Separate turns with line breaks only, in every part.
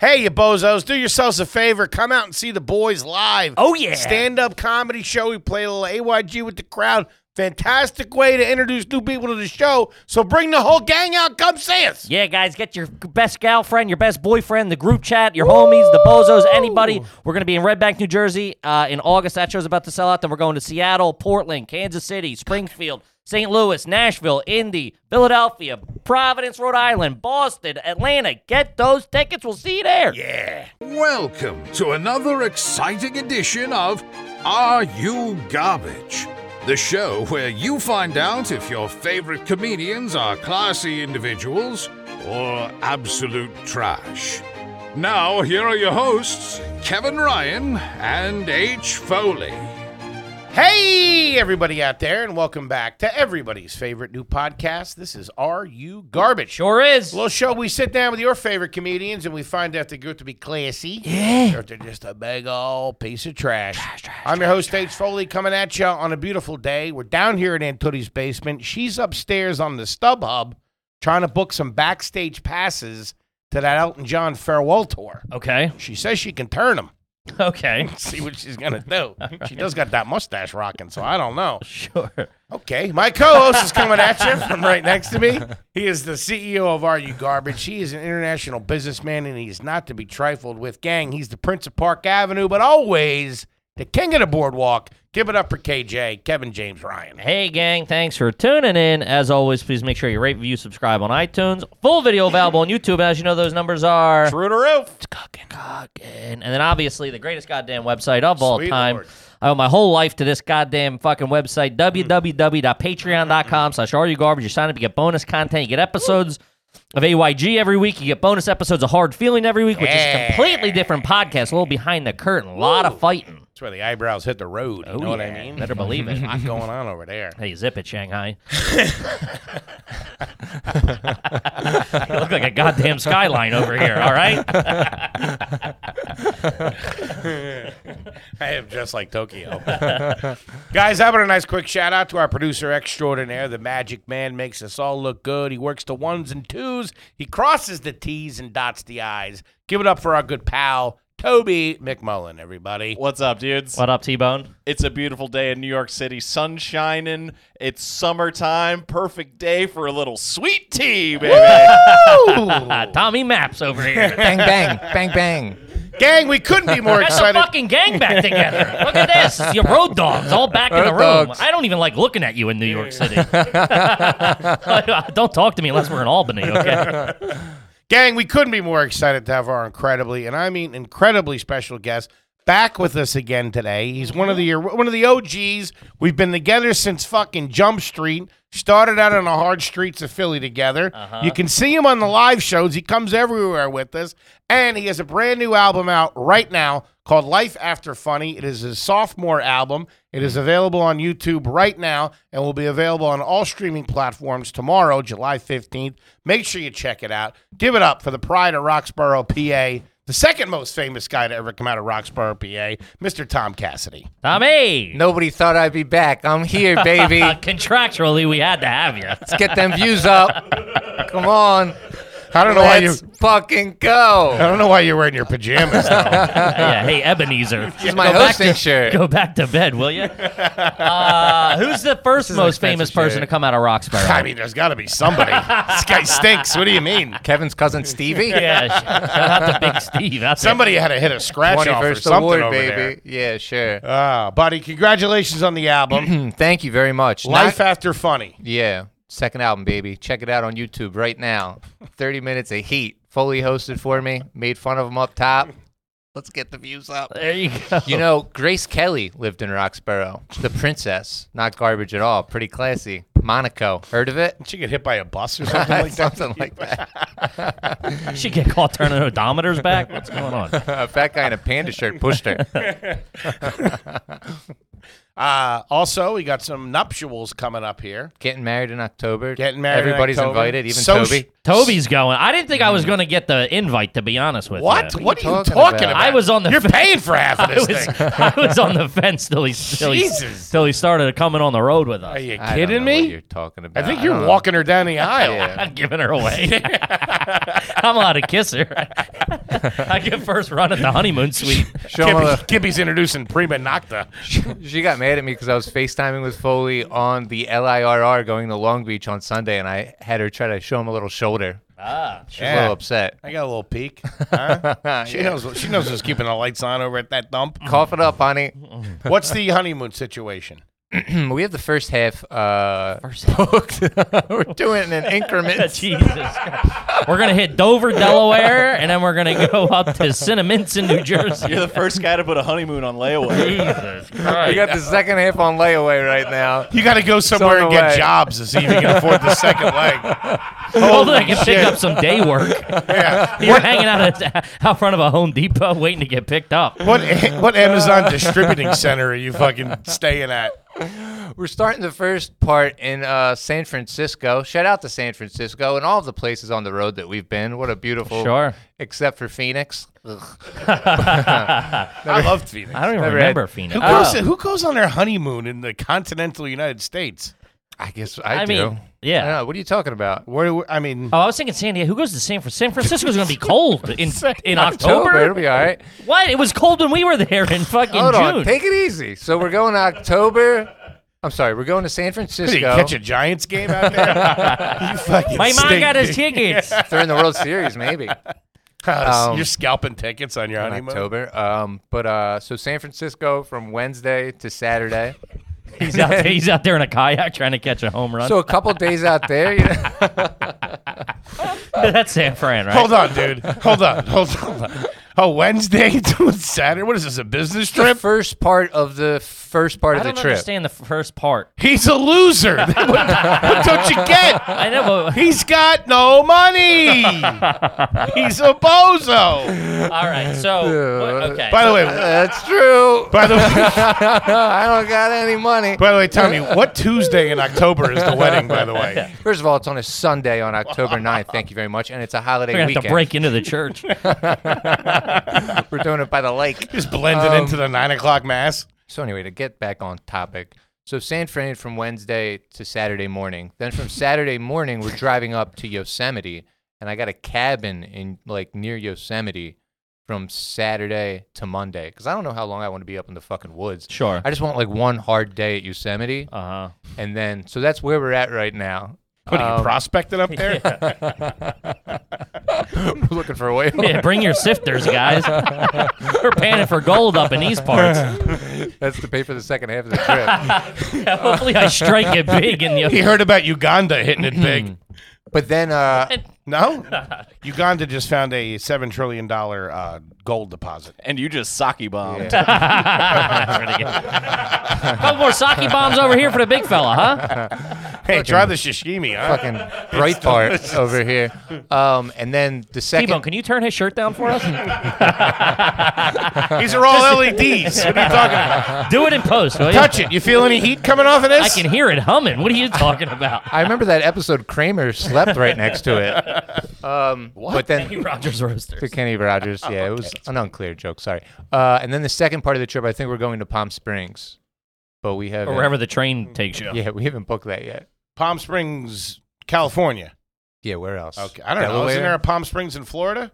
Hey, you bozos, do yourselves a favor. Come out and see the boys live.
Oh, yeah.
Stand up comedy show. We play a little AYG with the crowd. Fantastic way to introduce new people to the show. So bring the whole gang out. Come see us.
Yeah, guys, get your best girlfriend, your best boyfriend, the group chat, your homies, the bozos, anybody. We're going to be in Red Bank, New Jersey uh, in August. That show's about to sell out. Then we're going to Seattle, Portland, Kansas City, Springfield, St. Louis, Nashville, Indy, Philadelphia, Providence, Rhode Island, Boston, Atlanta. Get those tickets. We'll see you there.
Yeah.
Welcome to another exciting edition of Are You Garbage? The show where you find out if your favorite comedians are classy individuals or absolute trash. Now, here are your hosts, Kevin Ryan and H. Foley.
Hey, everybody out there, and welcome back to everybody's favorite new podcast. This is Are You Garbage?
Sure is.
A little show we sit down with your favorite comedians and we find out they're good to be classy. Yeah. Or if they're just a big old piece of trash. I'm your host, H. Foley, coming at you on a beautiful day. We're down here in Antoni's basement. She's upstairs on the StubHub trying to book some backstage passes to that Elton John farewell tour.
Okay.
She says she can turn them.
Okay.
See what she's going to do. She does got that mustache rocking, so I don't know.
Sure.
Okay, my co-host is coming at you from right next to me. He is the CEO of Are You Garbage. He is an international businessman, and he is not to be trifled with. Gang, he's the Prince of Park Avenue, but always the king of the boardwalk. Give it up for KJ, Kevin James Ryan.
Hey, gang, thanks for tuning in. As always, please make sure you rate, review, subscribe on iTunes. Full video available on YouTube. As you know, those numbers are.
Through the roof.
Cooking. And then obviously, the greatest goddamn website of all
Sweet
time.
Lord. Hmm.
I owe my whole life to this goddamn fucking website, www.patreon.com slash are you garbage. You sign up, you get bonus content, you get episodes of AYG every week, you get bonus episodes of Hard Feeling every week, which
Yeah.
is completely different podcast, a little behind the curtain, a lot of fighting.
That's where the eyebrows hit the road. You know what I mean?
Better believe it.
A lot going on over there.
Hey, zip it, Shanghai. you look like a goddamn skyline over here, all right?
I am just like Tokyo. Guys, how about a nice quick shout out to our producer extraordinaire? The magic man makes us all look good. He works the ones and twos, he crosses the T's and dots the I's. Give it up for our good pal, Toby McMullen, everybody.
What's up, dudes?
What up, T Bone?
It's a beautiful day in New York City. Sun shining. It's summertime. Perfect day for a little sweet tea, baby.
Uh, Tommy Maps over here.
bang bang bang bang
Gang, we couldn't be more
That's a
excited.
fucking gang back together. Look at this. It's your road dogs all back in the
Road
room.
dogs.
I don't even like looking at you in New York City. don't talk to me unless we're in Albany, okay?
Gang, we couldn't be more excited to have our incredibly, and I mean incredibly special guest back with us again today. He's one of the one of the OGs. We've been together since fucking Jump Street. Started out on the hard streets of Philly together. You can see him on the live shows. He comes everywhere with us, and he has a brand new album out right now called Life After Funny. It is his sophomore album. It is available on YouTube right now and will be available on all streaming platforms tomorrow, July 15th. Make sure you check it out. Give it up for the pride of Roxborough, PA, the second most famous guy to ever come out of Roxborough, PA, Mr. Tom Cassidy.
Tommy!
nobody thought i'd be back i'm here baby
Uh, contractually, we had to have you.
let's get them views up come on
I don't know why you
let's fucking go
I don't know why you're wearing your pajamas. though.
yeah, hey, Ebenezer.
this is my
Go back
hosting
to-
shirt
Go back to bed, will you? Uh, who's the first
an
most famous
expensive
person to
shirt.
come out of Roxbury?
I mean, there's got to be somebody. this guy stinks. What do you mean?
kevin's cousin stevie
yeah, sh- shout out to Big Steve. That's
Somebody had to hit a scratch off or
21st
something
award
over
baby
there.
yeah sure
Ah, buddy, congratulations on the album.
Hmm, thank you very much Not-
Life After Funny.
yeah second album baby check it out on youtube right now 30 minutes of heat fully hosted for me made fun of him up top let's get the views up
There you go.
You know, Grace Kelly lived in Roxborough. The princess, not garbage at all. Pretty classy. Monaco. Heard of it?
She get hit by a bus or something like that.
Something like that.
I should get caught turning odometers back. What's going on?
a fat guy in a panda shirt pushed her.
Uh, also, we got some nuptials coming up here.
Getting married in October.
Getting married in
Everybody's
October.
invited, even
So-
Toby.
Toby's going. I didn't think I was going to get the invite, to be honest with
What?
you.
What are you talking,
talking
about?
about?
I was on the
You're
fe-
paying for half of
I
this
was,
thing.
I was on the fence till he, till, he,
Jesus.
till he started coming on the road with us.
Are you
I don't
kidding
know what
me?
you're talking
I
about.
think
don't
you're
know.
walking her down the aisle.
Yeah.
I'm giving her away. I'm allowed to kiss her. I get first run at the honeymoon suite.
Shoma,
Kippy, Kippy's introducing Prima Nocta.
she got mad at me because I was FaceTiming with Foley on the LIRR going to Long Beach on Sunday, and I had her try to show him a little shoulder.
ah,
She was a little upset.
I got a little peek. Huh? she knows. She knows who's keeping the lights on over at that dump.
Cough it up, honey.
What's the honeymoon situation?
we have the first half uh, booked. We're doing it in increments.
Jesus. Christ. We're gonna hit Dover, Delaware, and then we're gonna go up to Cinnaminson, New Jersey.
You're the first guy to put a honeymoon on layaway.
Jesus.
We got the second half on layaway right now.
You got to go somewhere and get
away.
jobs to see if you can afford the second leg.
Hopefully, I can pick up some day work. You're hanging out at, out front of a Home Depot waiting to get picked up.
What what Amazon distributing center are you fucking staying at?
We're starting the first part in uh, San Francisco. Shout out to San Francisco and all of the places on the road that we've been. What a beautiful,
Sure.
except for Phoenix. Ugh.
I love Phoenix.
I don't even
Never
remember
had-
Phoenix.
Who goes, who goes on their honeymoon in the continental United States?
I guess I,
I
do.
mean, yeah.
I don't know. What are you talking about?
Where, where- I mean,
Oh, I was thinking San Diego. Who goes to San Francisco? San Francisco's going to be cold in in
It'll
October.
be all right.
What? It was cold when we were there in fucking
Hold
June.
on. Take it easy. So we're going to October. I'm sorry. We're going to San
did
Francisco.
you catch a Giants game out there? you fucking
My mom
stink,
got his
dude.
tickets.
They're in the World Series, maybe.
Uh,
Um,
you're scalping tickets on your
in
honeymoon.
October. Um, but uh, so San Francisco from Wednesday to Saturday.
He's out, there, he's out there in a kayak trying to catch a home run.
So a couple days out there. You know,
That's San Fran, right?
Hold on, dude. Hold on. Hold on. Oh, Wednesday to Saturday. What is this? A business
the
trip?
first part of the first part
I
of the
don't
trip.
understand the first part.
He's a loser. what, what don't you get?
I know. but-
He's got no money. He's a bozo.
all right. So what- okay.
By the
Uh,
way,
That's true.
by the way,
I don't got any money.
by the way, Tommy, what Tuesday in October is the wedding? By the way,
First of all, it's on a Sunday on October 9th. Thank you very much. And it's a holiday
we're gonna have
weekend.
to break into the church.
We're doing it by the lake.
just blend it into the nine o'clock mass.
So anyway, to get back on topic, so San Fran from Wednesday to Saturday morning. Then from Saturday morning, we're driving up to Yosemite, and I got a cabin in like near Yosemite from Saturday to Monday because I don't know how long I want to be up in the fucking woods.
Sure.
I just want like one hard day at Yosemite,
Uh huh.
and then so that's where we're at right now.
What are you
Um,
prospecting up there?
we're looking for a way.
Yeah, bring your sifters, guys. we're panning for gold up in these parts.
That's to pay for the second half of the trip.
Hopefully, I strike it big in
He
the.
heard about Uganda hitting it big.
but then uh,
No, Uganda just found a seven trillion dollar uh, gold deposit.
and you just sake bombed.
Couple more sake bombs over here for the big fella, huh?
Hey, try the sashimi, huh?
fucking Breitbart over here. Um, and then the
T-Bone,
second
can you turn his shirt down for us?
These are all LEDs. What are you talking about?
Do it in post, will you?
Touch it. You feel any heat coming off of
I
this?
can hear it humming. What are you talking about?
I remember that episode Kramer slept right next to it. Um, But
Kenny
then
Rogers
to
roasters.
Kenny Rogers, yeah, it was an unclear joke. Sorry. Uh, and then the second part of the trip, I think we're going to Palm Springs, but we haven't.
Or wherever the train takes you.
Yeah, we haven't booked that yet.
Palm Springs, California.
Yeah, where else?
Okay, I don't know. Isn't there a Palm Springs in Florida?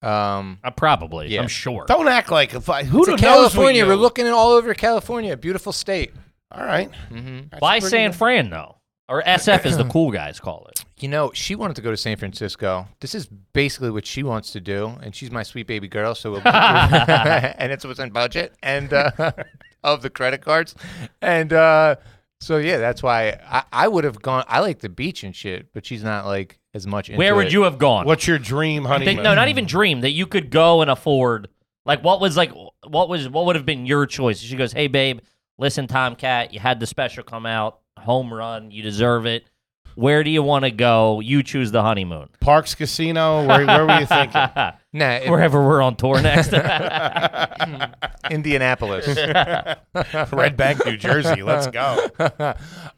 there? Um,
Uh, probably.
Yeah.
I'm sure.
Don't act like a fi- who
to
knows
California.
what
We're
you-
looking at all over California. Beautiful state.
All right.
Mm-hmm.
That's
Why
pretty
San
good.
Fran, though? Or SF, as the cool guys call it.
You know, she wanted to go to San Francisco. This is basically what she wants to do, and she's my sweet baby girl. So, we'll and it's what's in budget and uh, of the credit cards, and uh, so yeah, that's why I, I would have gone. I like the beach and shit, but she's not like as much. Into
Where would
it.
you have gone?
What's your dream honeymoon?
Think- no, not even dream that you could go and afford. Like, what was like, what was what would have been your choice? She goes, "Hey, babe, listen, Tomcat, you had the special come out, home run, you deserve it. Where do you want to go? You choose the honeymoon.
Parks Casino. Where, where were you thinking?
Nah, it-
Wherever we're on tour next.
Indianapolis.
Red Bank, New Jersey. Let's go.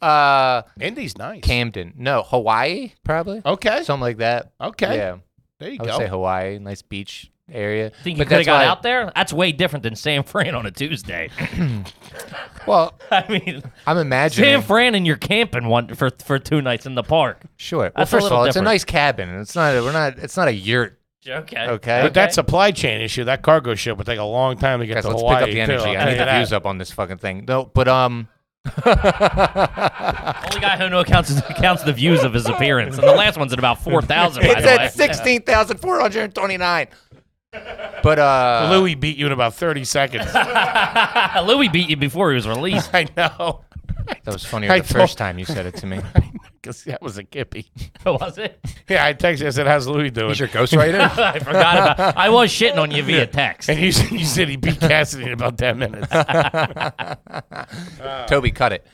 uh,
Indy's nice.
Camden. No, Hawaii probably.
Okay.
Something like that.
Okay.
Yeah,
There you
I would
go.
say Hawaii, nice beach area.
Think you
But
could have
that's
got
why-
out there? That's way different than San Fran on a Tuesday.
Well,
I mean,
I'm imagining.
San Fran and you're camping one for for two nights in the park.
Sure. Well,
That's a
first of
little
all, it's a
different.
nice cabin. and It's not. We're not. It's not a yurt
Okay.
Okay.
But that supply chain issue, that cargo ship would take a long time to get
Guys,
to
let's
Hawaii.
pick up the
too,
energy.
I'll
I need
tell
the
you
views
that.
up on this fucking thing. No, but um,
Only guy who knows counts counts the views of his appearance, and the last one's at about four thousand.
it's at sixteen thousand four hundred twenty-nine. But uh,
Louis beat you in about 30 seconds.
Louis beat you before he was released.
I know.
that was funnier
I
the
told-
first time you said it to me.
Because that was a kippy.
was it?
Yeah, I texted. I said, "How's Louis doing?"
He's your ghostwriter.
I forgot about. I was shitting on you via text.
And you, said- you said he beat Cassidy in about 10 minutes.
Toby, cut it.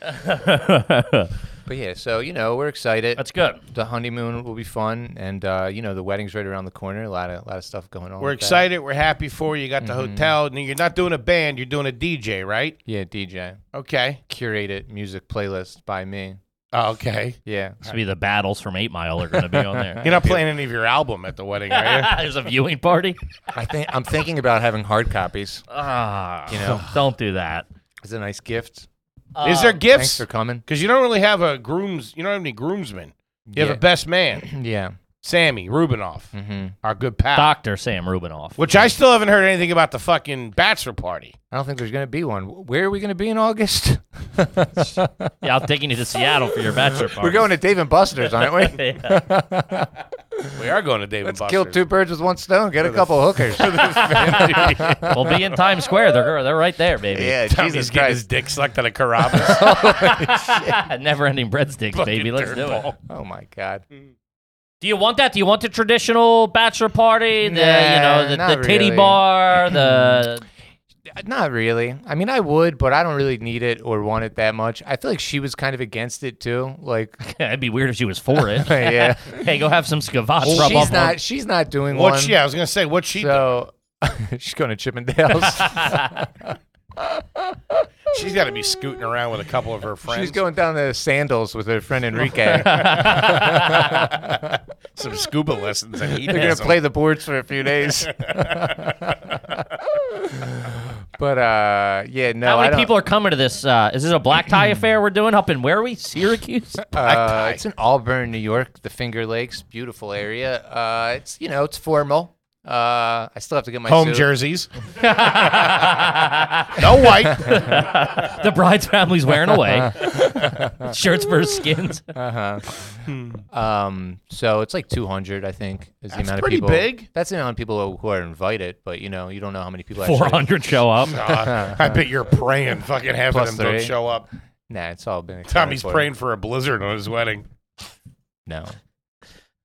but yeah, so you know we're excited.
That's good.
the honeymoon will be fun, and uh, you know the wedding's right around the corner. A lot of lot of stuff going on.
We're
with that.
excited. We're happy for you. You got the
Mm-hmm.
hotel. And you're not doing a band. You're doing a DJ, right?
Yeah, DJ
Okay.
curated music playlist by me.
Oh, okay.
Yeah,
This will be the battles from Eight Mile are going to be on there.
You're not playing any of your album at the wedding, are you?
There's a viewing party.
I think I'm thinking about having hard copies.
Ah,
You know.
don't do that.
It's a nice gift.
Is there
Uh, Thanks
gifts?
for coming.
Because you don't really have a grooms. You don't have any groomsmen. You
Yeah.
have a best man,
Yeah.
Sammy Rubinoff,
Mm-hmm.
our good pal.
Doctor Sam Rubinoff.
Which I still haven't heard anything about the fucking bachelor party.
I don't think there's going to be one. Where are we going to be in August?
Yeah, I'm taking you to Seattle for your bachelor party.
We're going to Dave and Buster's, aren't we?
Yeah.
We are going to David
Let's
Buster's.
kill two birds with one stone. Get a couple hookers.
We'll be in Times Square. They're they're right there, baby.
yeah,
Tommy's
Jesus
getting his
Christ.
dick sucked at a Carrabba's.
Never-ending breadsticks, baby. Let's do it.
Oh my God.
Do you want that? Do you want the traditional bachelor party? The you know
Nah,
the,
not
the titty
really.
bar, the
Not really. I mean, I would, but I don't really need it or want it that much. I feel like she was kind of against it too. Like,
it'd be weird if she was for it.
Yeah.
hey, go have some scavats. Rub
she's
up
not.
on.
She's not doing
what?
one.
Yeah, I was gonna say what she.
So she's going to Chippendales.
She's got to be scooting around with a couple of her friends.
she's going down to sandals with her friend Enrique.
some scuba lessons and
They're gonna play the boards for a few days. but uh, yeah, no.
How
I
many
don't,
people are coming to this? Uh, is this a black tie affair we're doing up in where are we? Syracuse.
Uh, it's in Auburn, New York, the Finger Lakes, beautiful area. Uh, it's you know, it's formal. Uh, I still have to get my
home
suit.
jerseys. no white.
the bride's family's wearing away. Shirts versus skins.
Um, so it's like 200, I think, is the amount
pretty
of people.
big.
That's the amount of people who are invited, but you know, you don't know how many people.
Four
Actually,
hundred show up.
Uh, I bet you're praying fucking half
Plus
of them do don't
three.
show up.
nah, it's all been. accounted
Tommy's
for.
praying for a blizzard on his wedding.
No,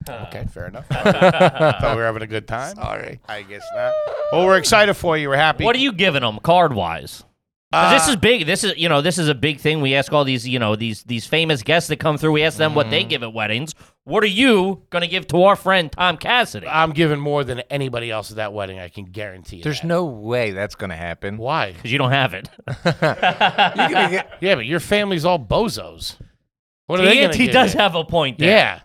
Okay, fair enough. Thought we were having a good time.
sorry.
I guess not. Well, we're excited for you. We're happy.
What are you giving them card wise? this
Uh,
is big. This is you know this is a big thing. We ask all these you know these these famous guests that come through. We ask them what
Mm.
they give at weddings. What are you gonna give to our friend Tom Cassidy?
I'm giving more than anybody else at that wedding. I can guarantee you.
There's
that.
no way that's gonna happen.
why.
Because you don't have it.
You're gonna get-
Yeah, but your family's all bozos. What are they
He,
gonna
he
give
does
you?
have a point there.
Yeah.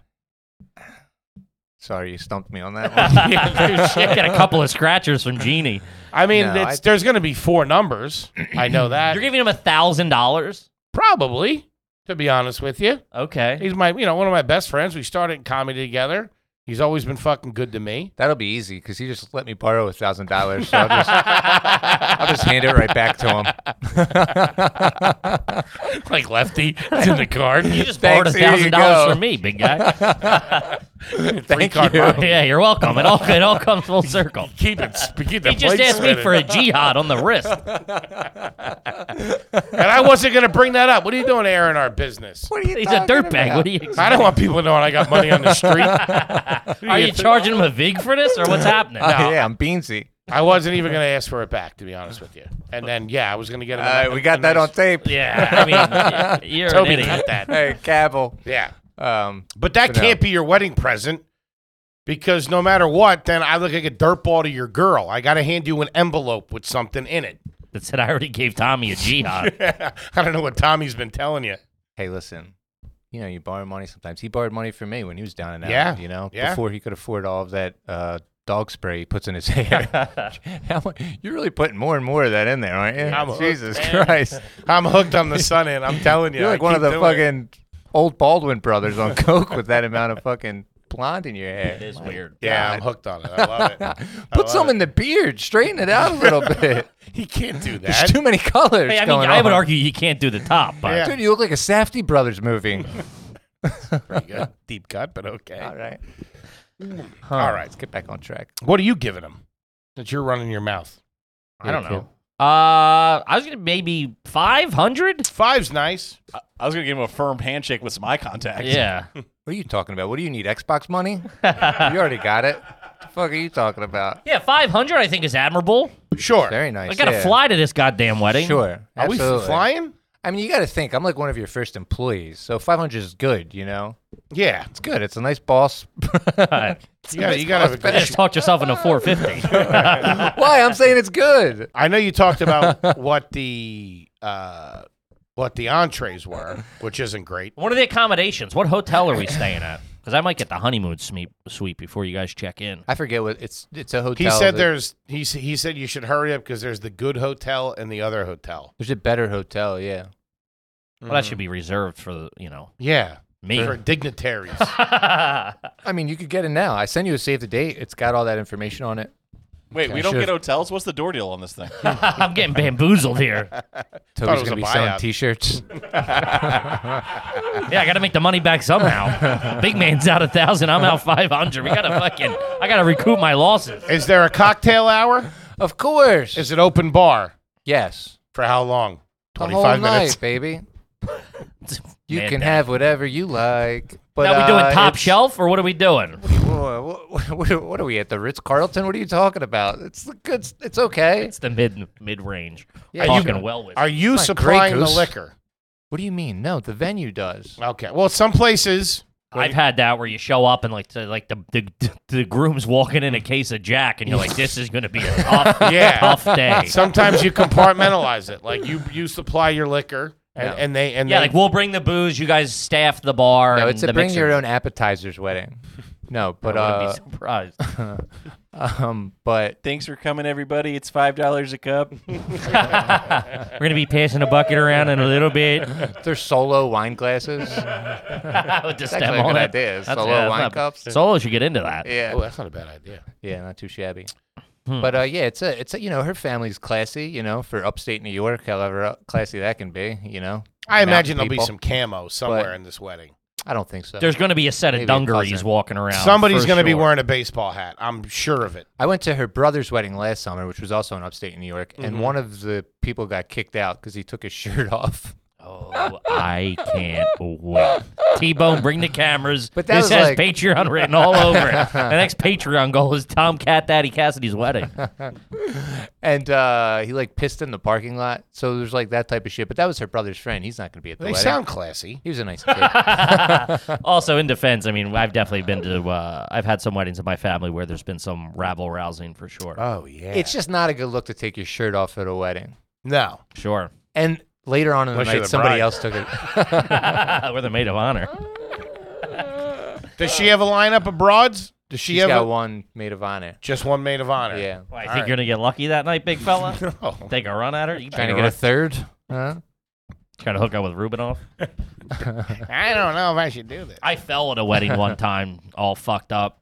Sorry, you stumped me on that one.
Get a couple of scratchers from Genie.
I mean,
No,
it's,
I-
there's going to be four numbers. I know that.
You're giving him a thousand dollars.
Probably, to be honest with you.
Okay.
He's my, you know, one of my best friends. We started in comedy together. He's always been fucking good to me.
That'll be easy because he just let me borrow a thousand dollars. So I'll just, I'll just hand it right back to him.
Like Lefty, it's in the card.
You just borrowed a
Thanks, here
thousand
you
dollars
go.
from me, big guy.
Thank
card
you.
model.
yeah, you're welcome. It all it all comes full circle.
Keep it. Keep the
He just
plates
asked me
spinning.
for a jihad on the wrist.
and I wasn't going to bring that up. What are you doing, airing our business?
What are you
He's a
talking
dirtbag.
about?
What do you?
I don't want people knowing I got money on the street.
Are you charging him a vig for this, or what's happening?
Oh, yeah, I'm Beansy.
I wasn't even going to ask for it back, to be honest with you. And then, yeah, I was going to get it.
All right, Uh, we got that on tape.
Yeah, I mean, you're
Toby
an idiot.
cut that.
Hey, Cavill.
Yeah.
Um,
But that
But no.
can't be your wedding present because no matter what, then I look like a dirtball to your girl. I got to hand you an envelope with something in it.
That said, I already gave Tommy a jihad.
I don't know what Tommy's been telling you.
hey, listen. You know, you borrow money sometimes. He borrowed money from me when he was down and out.
Yeah,
You know,
yeah.
before he could afford all of that uh, dog spray he puts in his hair. How mu- You're really putting more and more of that in there, aren't you?
I'm hooked,
Jesus
man.
Christ.
I'm hooked on the sun in. I'm telling you.
You're like
I
one of
keep
the
doing it.
fucking old Baldwin brothers on coke with that amount of fucking blonde in your hair.
It is weird.
Yeah, I'm hooked on it. I love it.
Put some in the beard. Straighten it out a little bit.
He can't do
There's
that.
too many colors.
Hey, I mean,
going
I would
on.
argue you can't do the top, but
Yeah.
Dude, you look like a Safety Brothers movie.
Pretty good. Deep cut, but okay.
All right.
All right.
Let's get back on track.
What are you giving him that you're running your mouth?
I don't know. Uh, I was gonna maybe five hundred.
Five's nice.
I, I was gonna give him a firm handshake with some eye contact.
Yeah,
What are you talking about? What do you need? Xbox money? you already got it. The fuck are you talking about?
yeah, five hundred. I think is admirable.
Sure.
Very nice.
I gotta
yeah.
fly to this goddamn wedding.
Sure.
Are we
absolutely.
flying?
I mean, you got to think. I'm like one of your first employees, so 500 is good. You know,
Yeah.
it's good. It's a nice boss.
you
You gotta, you gotta have a good
just talked yourself into four fifty.
Why? I'm saying it's good.
I know you talked about what the uh, what the entrees were, which isn't great.
What are the accommodations? What hotel are we staying at? Because I might get the honeymoon sweep suite before you guys check in.
I forget what it's. It's a hotel.
He said
that-
there's he s- he said you should hurry up because there's the good hotel and the other hotel.
there's a better hotel. Yeah.
Well, that should be reserved for you know
Yeah,
me.
for dignitaries.
I mean, you could get it now. I sent you a save the date. It's got all that information on it.
Wait, we
I
don't
should've-
get hotels. What's the door deal on this thing?
I'm getting bamboozled here.
Toby's
was
gonna
a
be selling
buyout.
T-shirts.
Yeah, I got to make the money back somehow. Big man's out a thousand. I'm out five hundred. We gotta fucking. I gotta recoup my losses.
Is there a cocktail hour?
of course.
Is it open bar
yes.
for how long?
The
Twenty
whole
five
night,
minutes.
baby. You
Man,
can
that-
have whatever you like. But
Now we doing
uh,
top
it's-
shelf or what are we doing?
Wha- wha- wha- What are we at the Ritz Carlton? What are you talking about? It's the good. It's okay.
It's the mid mid range.
Yeah, you
Talking
can-
well with.
Are you
It's not
supplying
Grey
the
Goose.
liquor?
What do you mean? No, the venue does.
Okay. Well, some places.
I've had that where you show up and like the, like the, the the groom's walking in a case of Jack and you're like, this is gonna be a tough,
Yeah.
tough day.
Sometimes you compartmentalize it. Like you you supply your liquor and,
No.
and they and
Yeah,
they,
like we'll bring the booze. You guys staff the bar.
No,
and
it's a
the
bring
mixer.
your own appetizers wedding. No, but
I
uh,
wouldn't be surprised.
um, but
Thanks for coming, everybody. It's five dollars a cup.
We're gonna be passing a bucket around in a little bit
they're solo wine glasses.
with the
actually
stem
a
on
good
it.
idea,
That's-
solo
that's
wine
not-
cups.
Solo should get into that.
Oh,
yeah,
that's not a bad idea.
yeah, not too shabby.
Hmm.
But uh, yeah, it's a, it's a, you know, her family's classy, you know, for upstate New York, however uh, classy that can be, you know.
I
Mountain
imagine there'll be
people.
some camo somewhere
But-
in this wedding.
I don't think so.
There's gonna be a set of
Maybe a
dungarees
cousin.
walking around.
Somebody's
for
going to be
sure.
wearing a baseball hat. I'm sure of it.
I went to her brother's wedding last summer, which was also in upstate New York,
Mm-hmm.
and one of the people got kicked out because he took his shirt off.
Oh, I can't wait. T Bone, bring the cameras.
But that
this
was
has
like-
Patreon written all over it. The next Patreon goal is Tom Cat Daddy Cassidy's wedding.
And uh, he like pissed in the parking lot. So there's like that type of shit. But that was her brother's friend. He's not going to be at the
They
wedding.
sound classy.
he was a nice kid.
also, in defense, I mean, I've definitely been to, uh, I've had some weddings in my family where there's been some rabble rousing for sure.
Uh,
Oh yeah.
it's just not a good look to take your shirt off at a wedding.
no.
sure.
And later on in the
Unless you're
night,
the
somebody
bride.
else took it.
We're the maid of honor.
Does she have a lineup of broads? Does she
She's
have a,
got one maid of honor.
just one maid of honor?
Yeah.
All
Well, I think
right.
you're going to get lucky that night, big fella.
Oh,
Take a run at her. You
Trying to
take
get a
run-
third? Huh?
trying to hook up with Rubinoff.
I don't know if I should do this.
I fell at a wedding one time, all fucked up,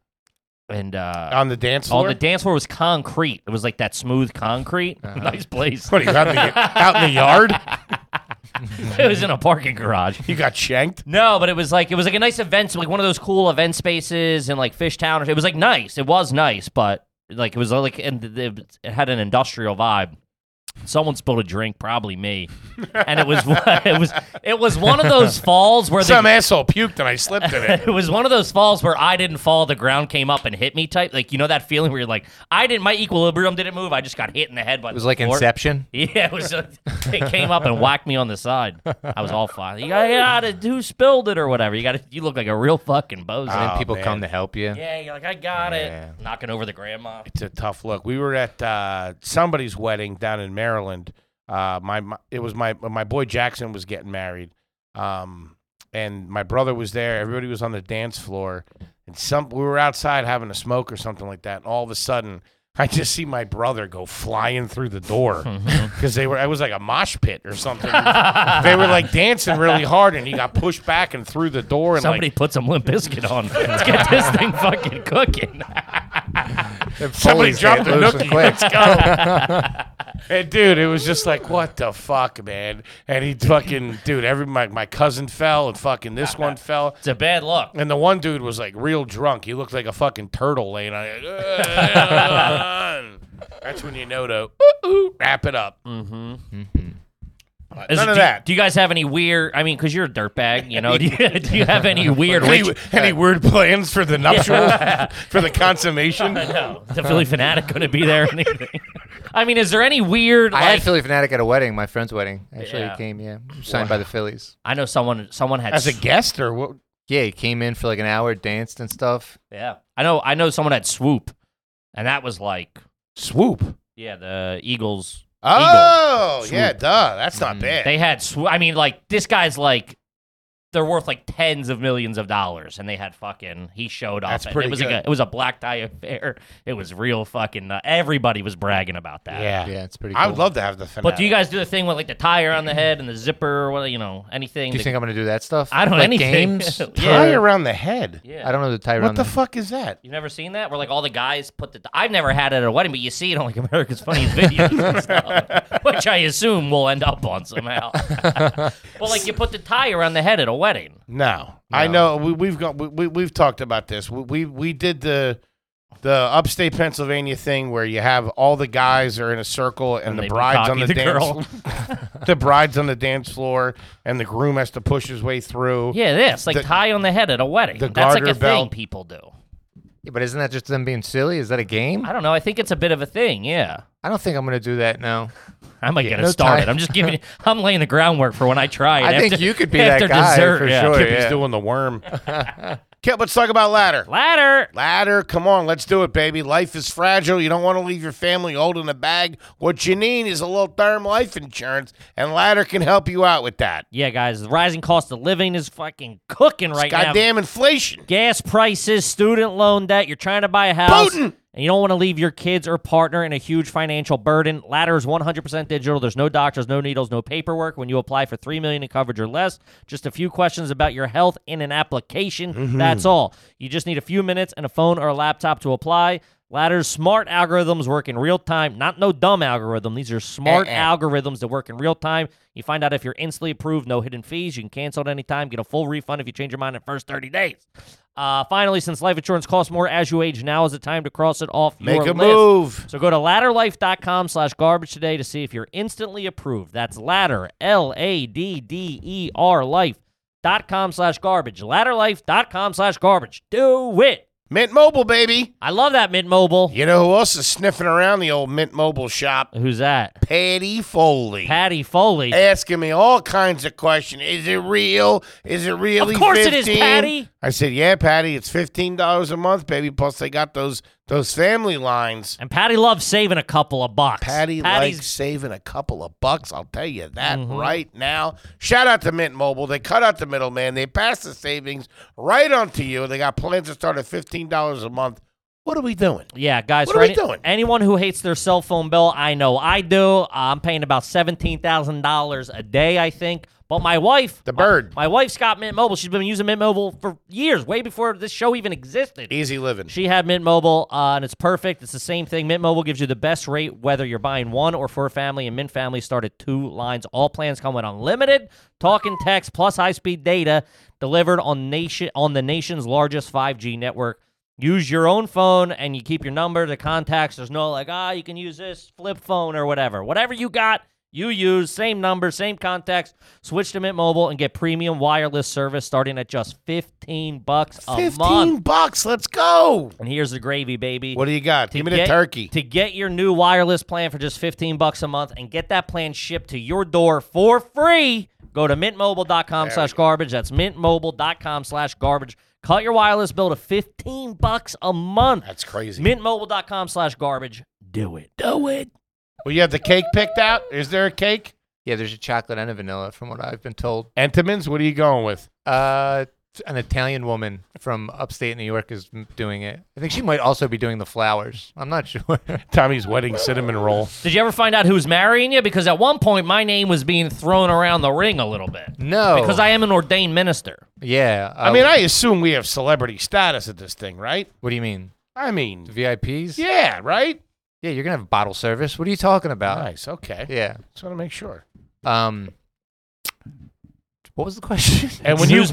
and uh,
On the dance
all
floor.
the dance floor was concrete. It was like that smooth concrete. Nice place.
Uh-huh. what are you out in, the, out in the yard?
it was in a parking garage.
You got shanked.
No, but it was like it was like a nice event, like one of those cool event spaces in like Fishtown. It was like nice. It was nice, but like it was like and the- it had an industrial vibe. Someone spilled a drink, probably me, and it was it was it was one of those falls where the
Some asshole puked and I slipped in it.
it was one of those falls where I didn't fall, the ground came up and hit me type. Like you know that feeling where you're like, I didn't, my equilibrium didn't move. I just got hit in the head by
It was like
the floor.
Inception.
Yeah, it was. uh, it came up and whacked me on the side. I was all fine. You got out of who spilled it or whatever. You got you look like a real fucking bozo.
And then
Oh,
people
man.
come to help you.
yeah, you're like I got
Ah. Yeah.
it. Knocking over the grandma.
It's a tough look. We were at uh, somebody's wedding down in Maryland. Uh, my, my it was my my boy Jackson was getting married, um, and my brother was there. Everybody was on the dance floor, and some we were outside having a smoke or something like that. And all of a sudden, I just see my brother go flying through the door because they were. It was like a mosh pit or something. they were like dancing really hard, and he got pushed back and through the door. And
Somebody
like
put some Limp Biscuit on. Let's get this thing fucking cooking.
somebody
Foley's
dropped a
getting loose and
nookie.
quick.
and dude, it was just like what the fuck, man. And he fucking dude. Every my, my cousin fell, and fucking this one fell.
It's a bad look.
And the one dude was like real drunk. He looked like a fucking turtle laying on it. That's when you know to ooh, ooh, wrap it up. Mm-hmm.
Is-
None of
Mm-hmm. do,
that.
Do you guys have any weird? I mean, because you're a dirtbag, you know. Do you, do you have any weird?
Any,
Rich, Uh,
any weird plans for the nuptials? for the consummation?
no, the Philly fanatic going to be there. or anything? I mean, is there any weird?
I
Like,
had Philly fanatic at a wedding, my friend's wedding. Actually,
Yeah.
he came. Yeah, signed by the Phillies.
I know someone. Someone had
As a
s-
guest or what?
Yeah, he came in for like an hour, danced and stuff.
Yeah, I know. I know someone had swoop, and that was like,
Swoop.
yeah, the Eagles.
Oh, yeah, duh. That's
Mm.
not bad.
They had. Sw- I mean, like this guy's like, they're worth like tens of millions of dollars, and they had fucking. He showed up.
That's
and
pretty
it was
good.
Like a, it was a black tie affair. It was real fucking. Uh, everybody was bragging about that.
yeah.
Yeah, it's pretty. Cool.
I would love to have the fanatic.
But do you guys do the thing with like the tire on the head and the zipper or what? You know, anything?
Do you
that-
think I'm gonna do that stuff?
I don't know
like
anything.
Games.
Yeah. Mm-hmm.
tie
Or-
around the head?
yeah.
I don't know the tie
What
around.
the
the-
fuck is that?
You've never seen that? Where like all the guys put the. I've never had it at a wedding, but you see it on like America's Funniest Videos and stuff, which I assume we'll end up on somehow. but like you put the tie around the head at a wedding.
No, I know we, we've got we, we we've talked about this. We, we we did the the upstate Pennsylvania thing where you have all the guys are in a circle and,
And
the
they
bride's on
cocky
the,
the girl.
dance the bride's on the dance floor and the groom has to push his way through.
Yeah, this like
The-
tie on the head at a wedding.
the
That's like
garter
a
belt.
thing people do.
Yeah, but isn't that just them being silly? Is that a game?
I don't know. I think it's a bit of a thing. Yeah.
I don't think I'm gonna do that now.
I might get it
no
started.
tie.
I'm just giving. I'm laying the groundwork for when I try it.
I think
after-
you could be that
after
guy
dessert,
for
yeah.
sure.
Kippy's
yeah.
doing the worm. Kip, let's talk about ladder.
Ladder.
Ladder, come on, let's do it, baby. Life is fragile. You don't want to leave your family holding a bag. What you need is a little term life insurance, and ladder can help you out with that.
Yeah, guys, the rising cost of living is fucking cooking right now.
Goddamn inflation.
Gas prices, student loan debt, you're trying to buy a house.
Putin!
And you don't want to leave your kids or partner in a huge financial burden. Ladder is 100% digital. There's no doctors, no needles, no paperwork. When you apply for 3 million in coverage or less, just a few questions about your health in an application. That's all. You just need a few minutes and a phone or a laptop to apply. Ladder's smart algorithms work in real time, not no dumb algorithm. These are smart
Uh-uh.
algorithms that work in real time. You find out if you're instantly approved, no hidden fees. You can cancel at any time, get a full refund if you change your mind in the first 30 days. Uh, finally, since life insurance costs more as you age, now is the time to cross it off
Make
your
a
list.
move.
So go to ladderlife.com slash garbage today to see if you're instantly approved. That's ladder, L A D D E R life.com slash garbage. Ladderlife.com slash garbage. Do it.
Mint Mobile, baby.
I love that Mint Mobile.
You know who else is sniffing around the old Mint Mobile shop?
Who's that?
Patty Foley.
Patty Foley.
Asking me all kinds of questions. Is it real? Is it really?
Of course
15?
it is, Patty.
I said, "Yeah, Patty. It's fifteen dollars a month, baby. Plus they got those those family lines."
And Patty loves saving a couple of bucks.
Patty
Patty's Mm-hmm.
likes saving a couple of bucks. I'll tell you that right now. Shout out to Mint Mobile. They cut out the middleman. They pass the savings right onto you. They got plans to start at fifteen dollars a month. What are we doing?
Yeah, guys.
What
for
are we doing?
Anyone who hates their cell phone bill, I know I do. I'm paying about seventeen thousand dollars a day, I think. But my wife,
The bird.
my, my wife's got Mint Mobile. She's been using Mint Mobile for years, way before this show even existed.
Easy living.
She had Mint Mobile, uh, and it's perfect. It's the same thing. Mint Mobile gives you the best rate whether you're buying one or for a family, and Mint families start at two lines. All plans come with unlimited talk and text plus high-speed data delivered on nation on the nation's largest 5G network. Use your own phone, and you keep your number, the contacts. There's no like, ah, you can use this flip phone or whatever. Whatever you got. You use same number, same contacts. Switch to Mint Mobile and get premium wireless service starting at just fifteen bucks a month.
Fifteen bucks. Let's go.
And here's the gravy, baby.
What do you got?
To
Give me the
get-
turkey.
To get your new wireless plan for just 15 bucks a month and get that plan shipped to your door for free, go to mintmobile.com slash garbage. That's mintmobile.com slash garbage. Cut your wireless bill to 15 bucks a month.
That's crazy.
Mintmobile.com slash garbage. Do it. Do it.
Well, you have the cake picked out. Is there a cake?
Yeah, there's a chocolate and a vanilla, from what I've been told.
Entenmann's. What are you going with?
Uh, an Italian woman from upstate New York is m- doing it. I think she might also be doing the flowers. I'm not sure.
Tommy's wedding cinnamon roll.
Did you ever find out who's marrying you? Because at one point, my name was being thrown around the ring a little bit.
No,
Because I am an ordained minister.
yeah. uh,
I mean, I assume we have celebrity status at this thing, right?
what do you mean
I mean,
VIPs?
yeah, right?
yeah. You're gonna have bottle service. What are you talking about?
Nice. Okay.
Yeah.
Just want to make sure.
Um. What was the question?
And when
When
you
who's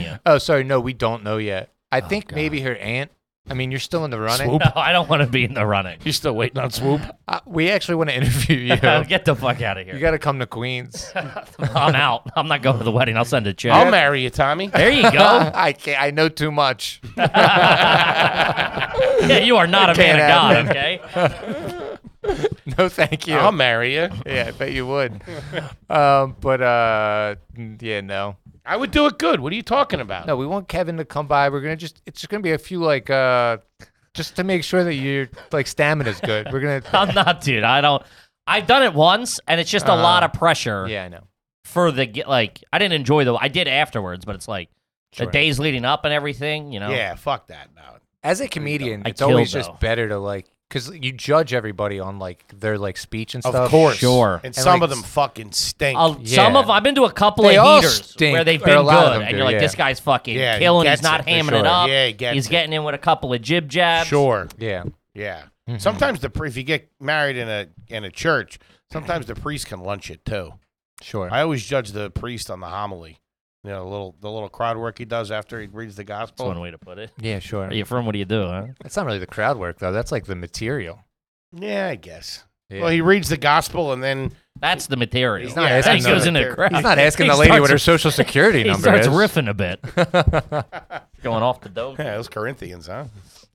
you?
oh, sorry. No, we don't know yet. I think maybe her aunt. I mean, you're still in the running.
Oh, swoop,
No, I don't want to be in the running.
you still waiting on swoop?
Uh, we actually want to interview you.
Get the fuck out of
you
here.
got to come to Queens.
I'm out. I'm not going to the wedding. I'll send a check.
I'll marry you, Tommy.
there you go.
I can't. I know too much.
yeah, you are not a man of God,
Can't
okay?
No, thank you.
I'll marry you.
yeah, I bet you would. um, but uh, yeah, no,
I would do it good. What are you talking about?
no. We want Kevin to come by. We're gonna just. It's just gonna be a few like uh, just to make sure that your like stamina's good. We're gonna.
I'm not, dude. I don't. I've done it once, and it's just a lot of pressure
Uh-huh. Yeah, I know.
for the ge- like. I didn't enjoy the. I did afterwards, but it's like the days leading up and everything. You know.
Yeah, fuck that. No.
As a comedian,
I
it's always
killed,
just
though.
better to like because you judge everybody on like their like speech and
Of
stuff.
course.
Sure.
And, some
like,
of them fucking stink.
I'll- Some
Yeah.
of I've been to a couple
They
of
all
heaters
stink,
where they've
or
been
a
good,
lot of them
and
do,
you're like,
yeah.
this guy's fucking
Yeah, he
killing. He's
gets
not
it, for
hamming
sure.
it up.
Yeah, he gets
he's
it.
getting in with a couple of jib jabs.
sure.
Yeah.
Yeah. Sometimes the pri- if you get married in a in a church, sometimes the priest can lunch it too.
Sure.
I always judge the priest on the homily. You know, the little the little crowd work he does after he reads the
That's one
gospel.
way to put it.
yeah. Sure.
Are you from? What do you do? Huh?
That's not really the crowd work though. That's like the material.
Yeah, I guess.
Yeah.
Well, he reads the gospel and then
That's the material.
He's
not
yeah,
asking
he goes
the-
into the crowd.
He's not asking
He
the lady
starts-
what her social security
He
number
starts
is.
riffing a bit, going off the dome.
yeah, those Corinthians, huh?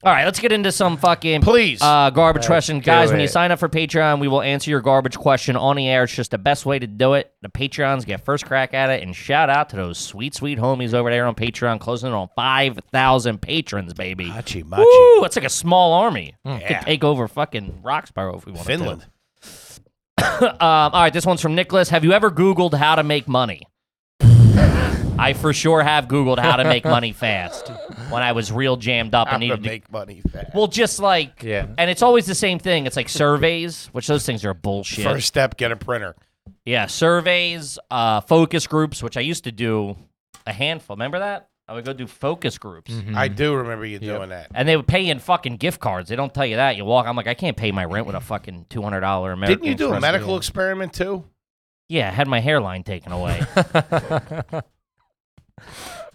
All right, let's get into some fucking
Please.
uh, garbage question, guys. When you
it.
sign up for Patreon, we will answer your garbage question on the air. It's just the best way to do it. The Patreons get first crack at it, and shout out to those sweet, sweet homies over there on Patreon, closing in on five thousand patrons, baby.
Machi
Woo, that's like a small army.
Yeah.
Could take over fucking Roxborough if we want
Finland.
To. Um, all right, this one's from Nicholas. Have you ever Googled how to make money? I for sure have Googled how to make money fast when I was real jammed up
How
and
to
needed to
make money fast.
well, just like
Yeah.
and it's always the same thing. It's like surveys, which those things are bullshit.
First step, get a printer.
Yeah, surveys, uh, focus groups, which I used to do a handful. Remember that? I would go do focus groups,
I do remember you doing that.
and they would pay you in fucking gift cards. They don't tell you that. You walk. I'm like, I can't pay my rent with a fucking two hundred dollar American.
Didn't you do a
Express
medical
meal.
experiment too?
Yeah, I had my hairline taken away.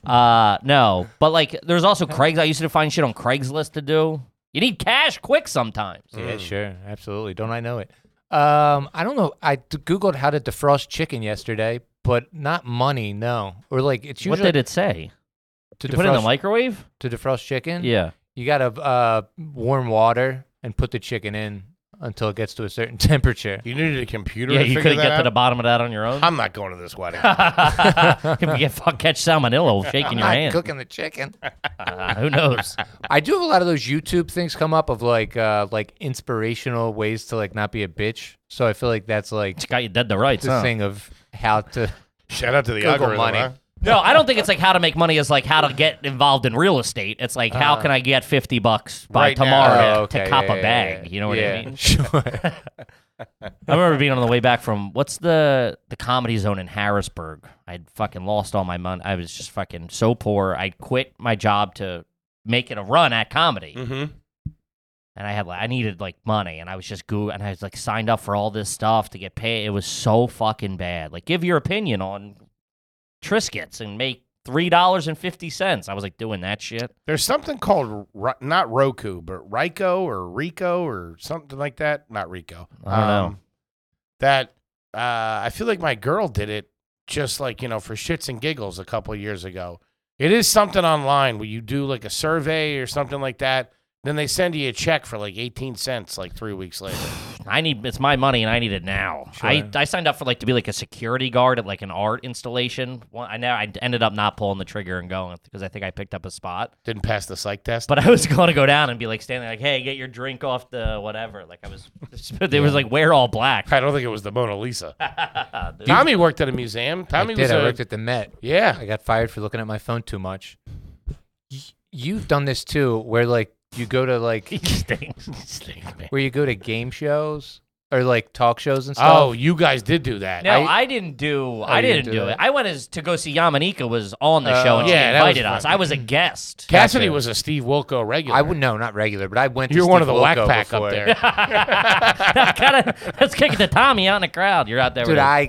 uh, no, but like, there's also Craigslist. I used to find shit on Craigslist to do. You need cash quick sometimes.
Yeah, sure, absolutely. Don't I know it? Um, I don't know. I d- googled how to defrost chicken yesterday, but not money. No, or like it's
What
usually
did it say?
to
You
defrost
put it in the microwave?
to defrost chicken.
Yeah.
you gotta uh, warm water and put the chicken in until it gets to a certain temperature.
You needed a computer.
Yeah,
to
you
figure
couldn't
that
get to
out?
the bottom of that on your own.
I'm not going to this wedding.
if you get fuck catch salmonella shaking your
Not
hand,
cooking the chicken.
Uh, who knows?
I do have a lot of those YouTube things come up of like uh, like inspirational ways to like not be a bitch. So I feel like that's like
It's got you dead to rights.
the
huh?
thing of how to.
Shout out to the
Google
algorithm.
money.
huh?
No, I don't think it's like how to make money is like how to get involved in real estate. It's like how can I get fifty bucks by
Right now.
tomorrow to-
Uh. Oh, okay,
to cop
yeah,
a
yeah,
bag.
yeah.
You know what
Yeah,
I mean?
Sure.
I remember being on the way back from what's the the comedy zone in Harrisburg. I'd fucking lost all my money. I was just fucking so poor. I quit my job to make it a run at comedy.
Mm-hmm.
and I had like I needed like money, and I was just goo, and I was like signed up for all this stuff to get paid. It was so fucking bad. Like, give your opinion on Triscuits and make three dollars and fifty cents. I was like doing that shit.
There's something called Ro- not Roku, but Rico or Rico or something like that. Not Rico. Um,
I don't know.
That uh, I feel like my girl did it just like you know for shits and giggles a couple years ago. It is something online where you do like a survey or something like that, Then they send you a check for like 18 cents like three weeks later.
I need it's my money and I need it now. I, I signed up for like to be like a security guard at like an art installation. Well, I now I ended up not pulling the trigger and going because I think I picked up a spot.
Didn't pass the psych test.
But I was going to go down and be like standing like, "Hey, get your drink off the whatever." Like I was, they was like, "Wear all black."
I don't think it was the Mona Lisa. Tommy worked at a museum. Tommy
I did.
was
I
a,
worked at the Met.
yeah.
I got fired for looking at my phone too much. Y- You've done this too, where like you go to like
Stinks. Stinks, man.
where you go to game shows or like talk shows and stuff.
Oh, you guys did do that.
No, I, didn't do. I
you didn't
didn't do,
do
it.
that.
I went as to go see Yamanika was on the show and
yeah,
she
that was
invited us.
fun.
I was a guest.
Cassidy
Gotcha.
was a Steve Wilco regular.
I would no, not regular, but I went. to
You're one of
Steve
the whack
Wilco
pack
before.
up there.
That's kinda, that's kicking the Tommy out in the crowd. You're out there,
Dude,
with
I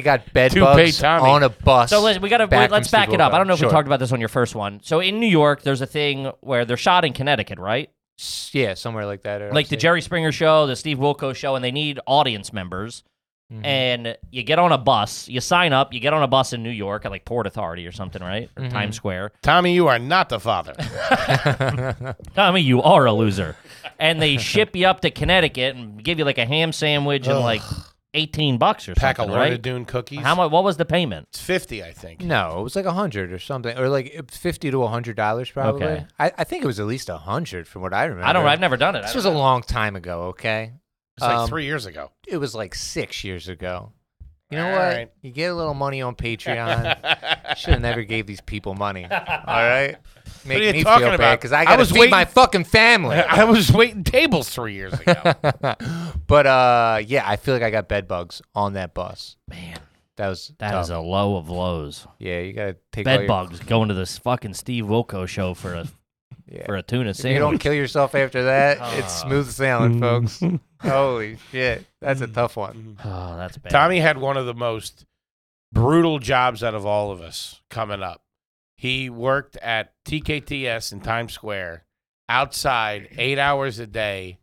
got bed
Toupee
bugs
Tommy.
on a bus.
So listen, we gotta wait,
back
let's
from Steve
back it up.
Wilco.
I don't know if
Sure.
we talked about this on your first one. So in New York, there's a thing where they're shot in Connecticut, right?
S- Yeah, somewhere like that. or
Like the
upstate.
Jerry Springer show, the Steve Wilco show, and they need audience members.
Mhm.
And you get on a bus, you sign up, you get on a bus in New York at like Port Authority or something, right? Or
Mm-hmm.
Times Square.
Tommy, you are not the father.
Tommy, you are a loser. And they ship you up to Connecticut and give you like a ham sandwich and like 18 bucks or
Pack a
something,
load
right?
of Dune cookies.
How much? What was the payment?
It's 50, I think.
No, it was like a hundred or something, or like fifty to hundred dollars probably.
Okay.
I, I think it was at least a hundred from what I remember.
I don't. I've never done it. I
This
don't
was a long time ago. Okay,
It's like
Um,
three years ago.
it was like six years ago. You know
All
what?
right.
You get a little money on Patreon. Should have never gave these people money. All right, make
are you
me
talking
feel bad
about?
because I
I
got to
was
feed
waiting-
my fucking family.
I was waiting tables three years ago.
but uh, yeah, I feel like I got bed bugs on that bus.
Man,
That was
that
tough.
is a low of lows.
yeah. You gotta take all
Bed
your-
bugs going to this fucking Steve Wilco show for a
Yeah.
for a tuna
If you don't
sandwich.
kill yourself after that, it's smooth sailing, folks. Holy shit, that's a
Mm.
tough one.
Oh, that's bad.
Tommy had one of the most brutal jobs out of all of us coming up. He worked at TKTS in Times Square outside eight hours a day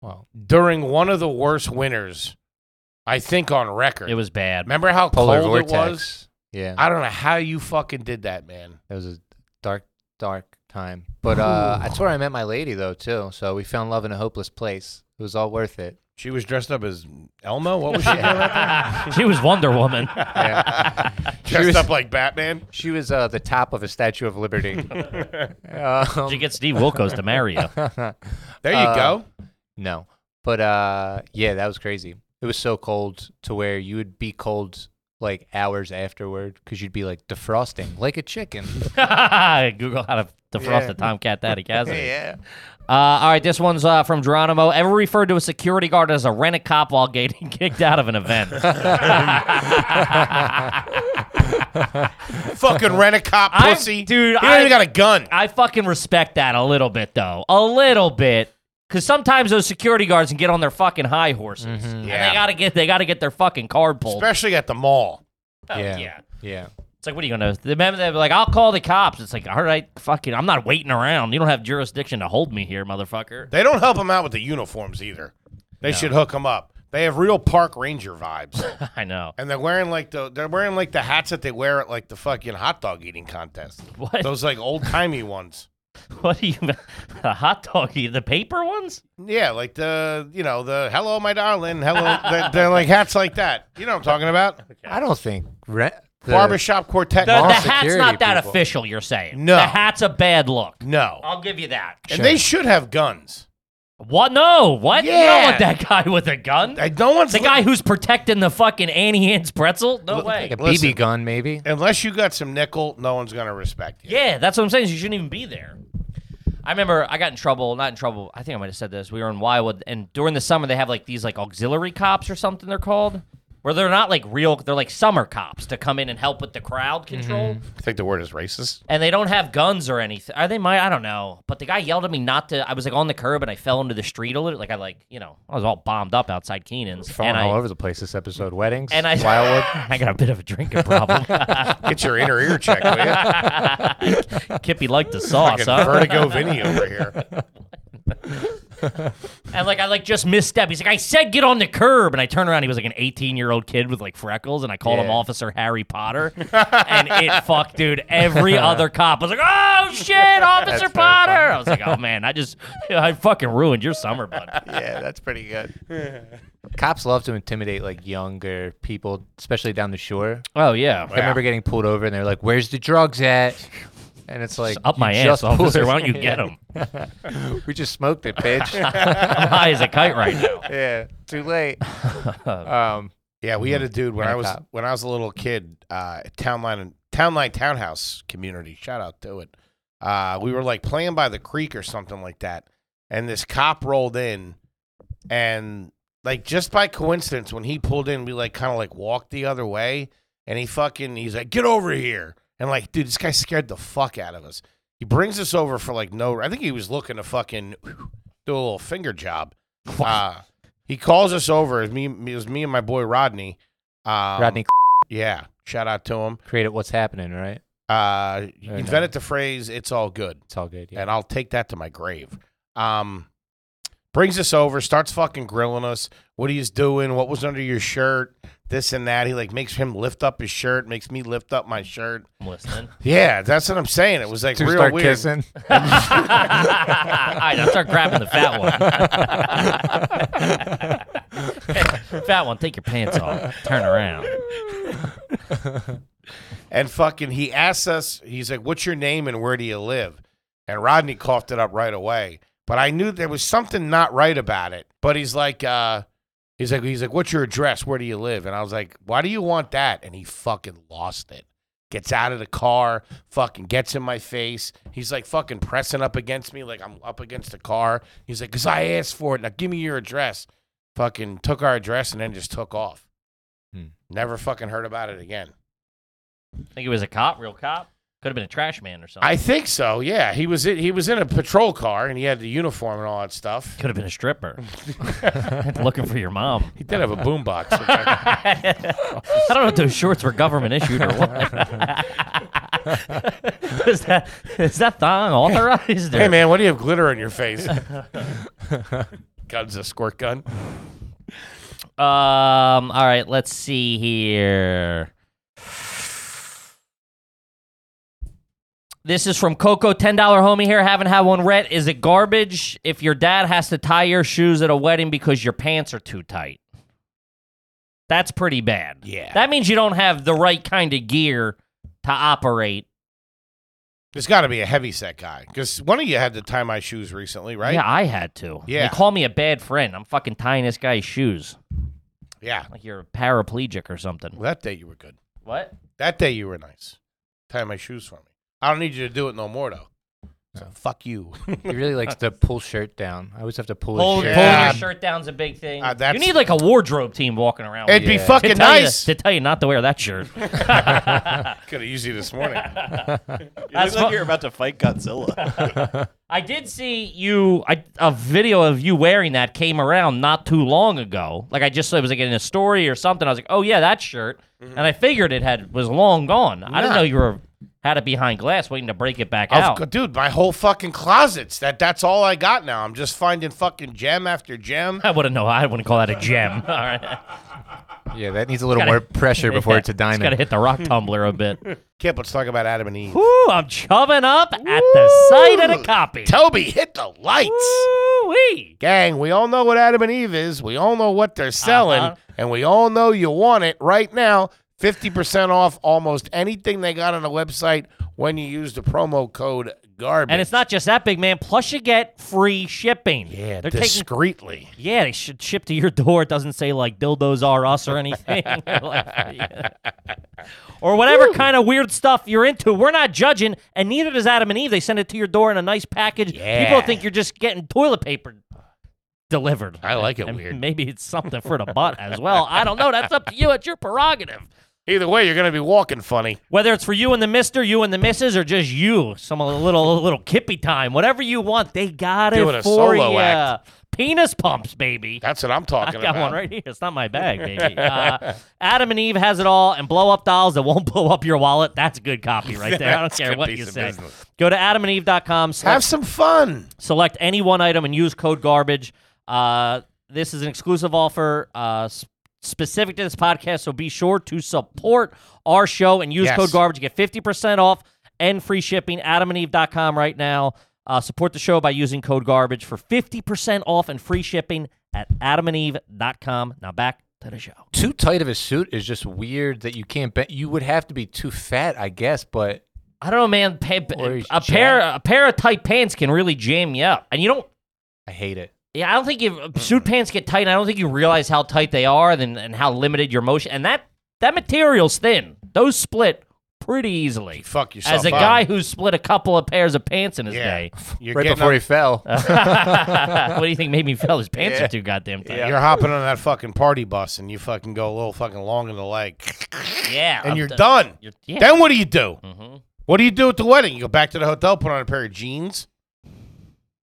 Well,
during one of the worst winters, I think, on record.
It was bad.
Remember how
polar
cold
vortex.
it was?
Yeah,
I don't know how you fucking did that, man.
it was a dark, dark time. But uh, that's where I met my lady though too. So we found love in a hopeless place. It was all worth it.
She was dressed up as Elmo. What was she doing up
she was Wonder Woman.
Yeah.
there? Dressed
was-
up like Batman.
she was uh, the top of a Statue of Liberty. Um,
She gets Steve Wilkos to marry you.
There you
Uh,
go.
No. But uh yeah, that was crazy. It was so cold to where you would be cold like hours afterward because you'd be like defrosting like a chicken.
Google how to defrost
Yeah.
the Tomcat Daddy Cassidy.
yeah.
Uh, all right, this one's uh, from Geronimo. Ever referred to a security guard as a rent a cop while getting kicked out of an event?
fucking rent a cop
I'm-
pussy. you
dude,
don't
I-
even got a gun.
I fucking respect that a little bit, though. A little bit. Cause sometimes those security guards can get on their fucking high horses,
Mm-hmm.
and
Yeah.
they gotta get they gotta get their fucking card pulled.
Especially at the mall.
yeah.
Oh, yeah.
Yeah.
It's like, what are you gonna? The men they're like, I'll call the cops. It's like, all right, fucking, I'm not waiting around. You don't have jurisdiction to hold me here, motherfucker.
They don't help him out with the uniforms either. They should hook him up. They have real park ranger vibes,
I know.
and they're wearing like the they're wearing like the hats that they wear at like the fucking hot dog eating contest.
What?
Those like old timey ones.
What do you? The hot dog, the paper ones?
Yeah, like the you know the hello my darling, hello. they're, they're like hats like that. You know what I'm talking about?
I don't think rent the,
Barbershop quartet.
The,
Mall
the hat's
security
not that
people.
official. You're saying
No.
The hat's a bad look.
no,
I'll give you that.
and they should have guns.
What? No. What? You don't
Yeah.
want that guy with a gun.
I, no one's
The guy who's protecting the fucking Annie Ann's pretzel? No way.
like a
Listen.
BB gun maybe.
unless you got some nickel, no one's gonna respect you.
Yeah, that's what I'm saying. is You shouldn't even be there. I remember I got in trouble, not in trouble. I think I might have said this. We were in Wildwood, and during the summer they have like these like auxiliary cops or something they're called, where they're not like real. They're like summer cops to come in and help with the crowd control,
Mm-hmm.
I think the word is racist.
and they don't have guns or anything. Are they? My I don't know. But the guy yelled at me not to. I was like on the curb and I fell into the street a little. Like I like you know I was all bombed up outside Keenan's,
Falling
and
all
I
over the place this episode. Weddings.
and I
Wildwood.
I got a bit of a drinking problem.
Get your inner ear checked, will ya?
Kippy liked the sauce,
Fucking
huh?
Vertigo Vinny over here.
and like I like just misstep. He's like, I said get on the curb, and I turn around. He was like an 18 year old kid with like freckles, and I called him
Yeah.
Officer Harry Potter. and it fucked, dude. Every other cop was like, Oh shit, Officer
very
Potter. I was like, Oh man, I just I fucking ruined your summer, bud.
yeah, that's pretty good. Cops love to intimidate like younger people, especially down the shore.
Oh yeah.
I remember getting pulled over and they're like, "Where's the drugs at?" And it's like
Up
"You
my ass,
just pulled
officer.
us-
Why don't you get him?
we just smoked it, bitch.
I'm high as a kite right now.
yeah, too late. Um,
Yeah, we had Mm, a dude when
And
I
a
was
cop.
when I was a little kid, uh, Townline Townline Townhouse community. Shout out to it. Uh, we were like playing by the creek or something like that, and this cop rolled in, and like just by coincidence, when he pulled in, we like kind of like walked the other way, and he fucking he's like, "Get over here!" And like, dude, this guy scared the fuck out of us. He brings us over for like no. I think he was looking to fucking do a little finger job. Uh, he calls us over. It was me, it was me and my boy Rodney. Um,
Rodney
Yeah. Shout out to him.
created what's happening, right?
Uh, he
Very
invented the phrase, it's all good.
It's all good. Yeah.
And I'll take that to my grave. Um, brings us over, starts fucking grilling us. What he's doing, what was under your shirt, this and that. He like makes him lift up his shirt, makes me lift up my shirt.
I'm listening.
Yeah, that's what I'm saying. It was like
Two
real
start
weird.
kissing.
All right, now start grabbing the fat one. fat one, take your pants off. Turn around.
And fucking, he asks us, he's like, "What's your name and where do you live?" And Rodney coughed it up right away. But I knew there was something not right about it. But he's like, uh, he's like, he's like, "What's your address? Where do you live?" And I was like, "Why do you want that?" And he fucking lost it. Gets out of the car, fucking gets in my face. He's like fucking pressing up against me, like I'm up against the car. He's like, "Cause I asked for it. Now give me your address." Fucking took our address and then just took off.
Hmm.
Never fucking heard about it again.
Think he was a cop, real cop. Could have been a trash man or something.
I think so. Yeah, he was in, he was in a patrol car and he had the uniform and all that stuff.
could have been a stripper. Looking for your mom.
He did have a boombox. which I-
I don't know if those shorts were government issued or what. is that is that thong authorized? or-
hey man, what do you have glitter on your face? Guns a squirt gun.
Um. All right. Let's see here. This is from Coco, ten dollar homie here. Haven't had one red. Is it garbage if your dad has to tie your shoes at a wedding because your pants are too tight? That's pretty bad.
Yeah.
That means you don't have the right kind of gear to operate.
There's got to be a heavy set guy because one of you had to tie my shoes recently, right?
Yeah, I had to.
Yeah.
They call me a bad friend. I'm fucking tying this guy's shoes
Yeah.
like you're a paraplegic or something.
Well, that day you were good.
What?
That day you were nice. Tie my shoes for me. I don't need you to do it no more though. So fuck you.
he really likes to pull shirt down. I always have to pull,
Pull,
his shirt.
pull- Yeah.
pulling your shirt down's a big thing.
Uh, that's-
you need like a wardrobe team walking around.
It'd
with
be
Yeah.
you.
fucking
to tell you-
nice.
to tell you not to wear that shirt.
Could have used you this morning.
You look
fu-
like you're about to fight Godzilla.
I did see you. I, a video of you wearing that came around not too long ago. Like I just saw it was like in a story or something. I was like, oh yeah, that shirt.
Mm-hmm.
And I figured it had was long gone. I didn't
Nah.
know you were had it behind glass waiting to break it back
I've
out.
got- dude, my whole fucking closets. That that's all I got now. I'm just finding fucking gem after gem.
I wouldn't know. I wouldn't call that a gem. All right.
Yeah, that needs a little
Gotta-
more pressure before it's a
It's got to
diamond.
hit the rock tumbler a bit.
Kip, let's talk about Adam and Eve.
Ooh, I'm chubbing up at the sight of the copy.
Toby, hit the lights.
Ooh-wee.
Gang, we all know what Adam and Eve is. We all know what they're selling,
Uh-huh.
and we all know you want it right now. 50% off almost anything they got on the website when you use the promo code garbage.
And it's not just that big man. Plus, you get free shipping.
yeah,
they're taking.
discreetly.
Yeah, they should ship to your door. It doesn't say like dildos are us or anything, Like, or whatever kind of weird stuff you're into. We're not judging, and neither does Adam and Eve. They send it to your door in a nice package. People
Yeah.
think you're just getting toilet paper delivered.
I like it
And
weird.
Maybe it's something for the butt as well. I don't know. That's up to you. It's your prerogative.
Either way, you're going to be walking funny.
Whether it's for you and the mister, you and the missus, or just you, some a little a little kippy time, whatever you want, they got
Doing
it
a
for
solo
you.
act.
penis pumps, baby.
That's what I'm
I
talking
got
about.
one right here. It's not my bag, baby. Uh, Adam and Eve has it all, and blow up dolls that won't blow up your wallet. That's good copy right there. I don't care
good
what
piece
you
of
say.
business.
Go to adamandeve.com. slash
Have some fun.
select any one item and use code garbage. Uh, this is an exclusive offer uh, s- specific to this podcast, so be sure to support our show and use
Yes.
code garbage. Get 50% off and free shipping. AdamandEve.com right now. Uh, support the show by using code garbage for 50% off and free shipping at adamandeve.com. Now back to the show.
Too tight of a suit is just weird that you can't bend. You would have to be too fat, I guess, but
I don't know, man. Pa-
Or he's
a pair a pair of tight pants can really jam you up, and you don't
I hate it.
Yeah, I don't think if uh,
Mm-hmm.
suit pants get tight, and I don't think you realize how tight they are and, then- and how limited your motion. And that that material's thin; those split pretty easily.
Fuck yourself.
As a
up.
guy who's split a couple of pairs of pants in his
Yeah.
day,
you're
right
getting up-
before he fell.
Uh, what do you think made me feel his pants
Yeah.
are too goddamn tight?
Yeah.
Yeah,
you're hopping on that fucking party bus and you fucking go a little fucking long in the leg, and
I'm
you're
d-
done.
You're, yeah.
Then what do you do?
Mhm.
What do you do at the wedding? You go back to the hotel, put on a pair of jeans.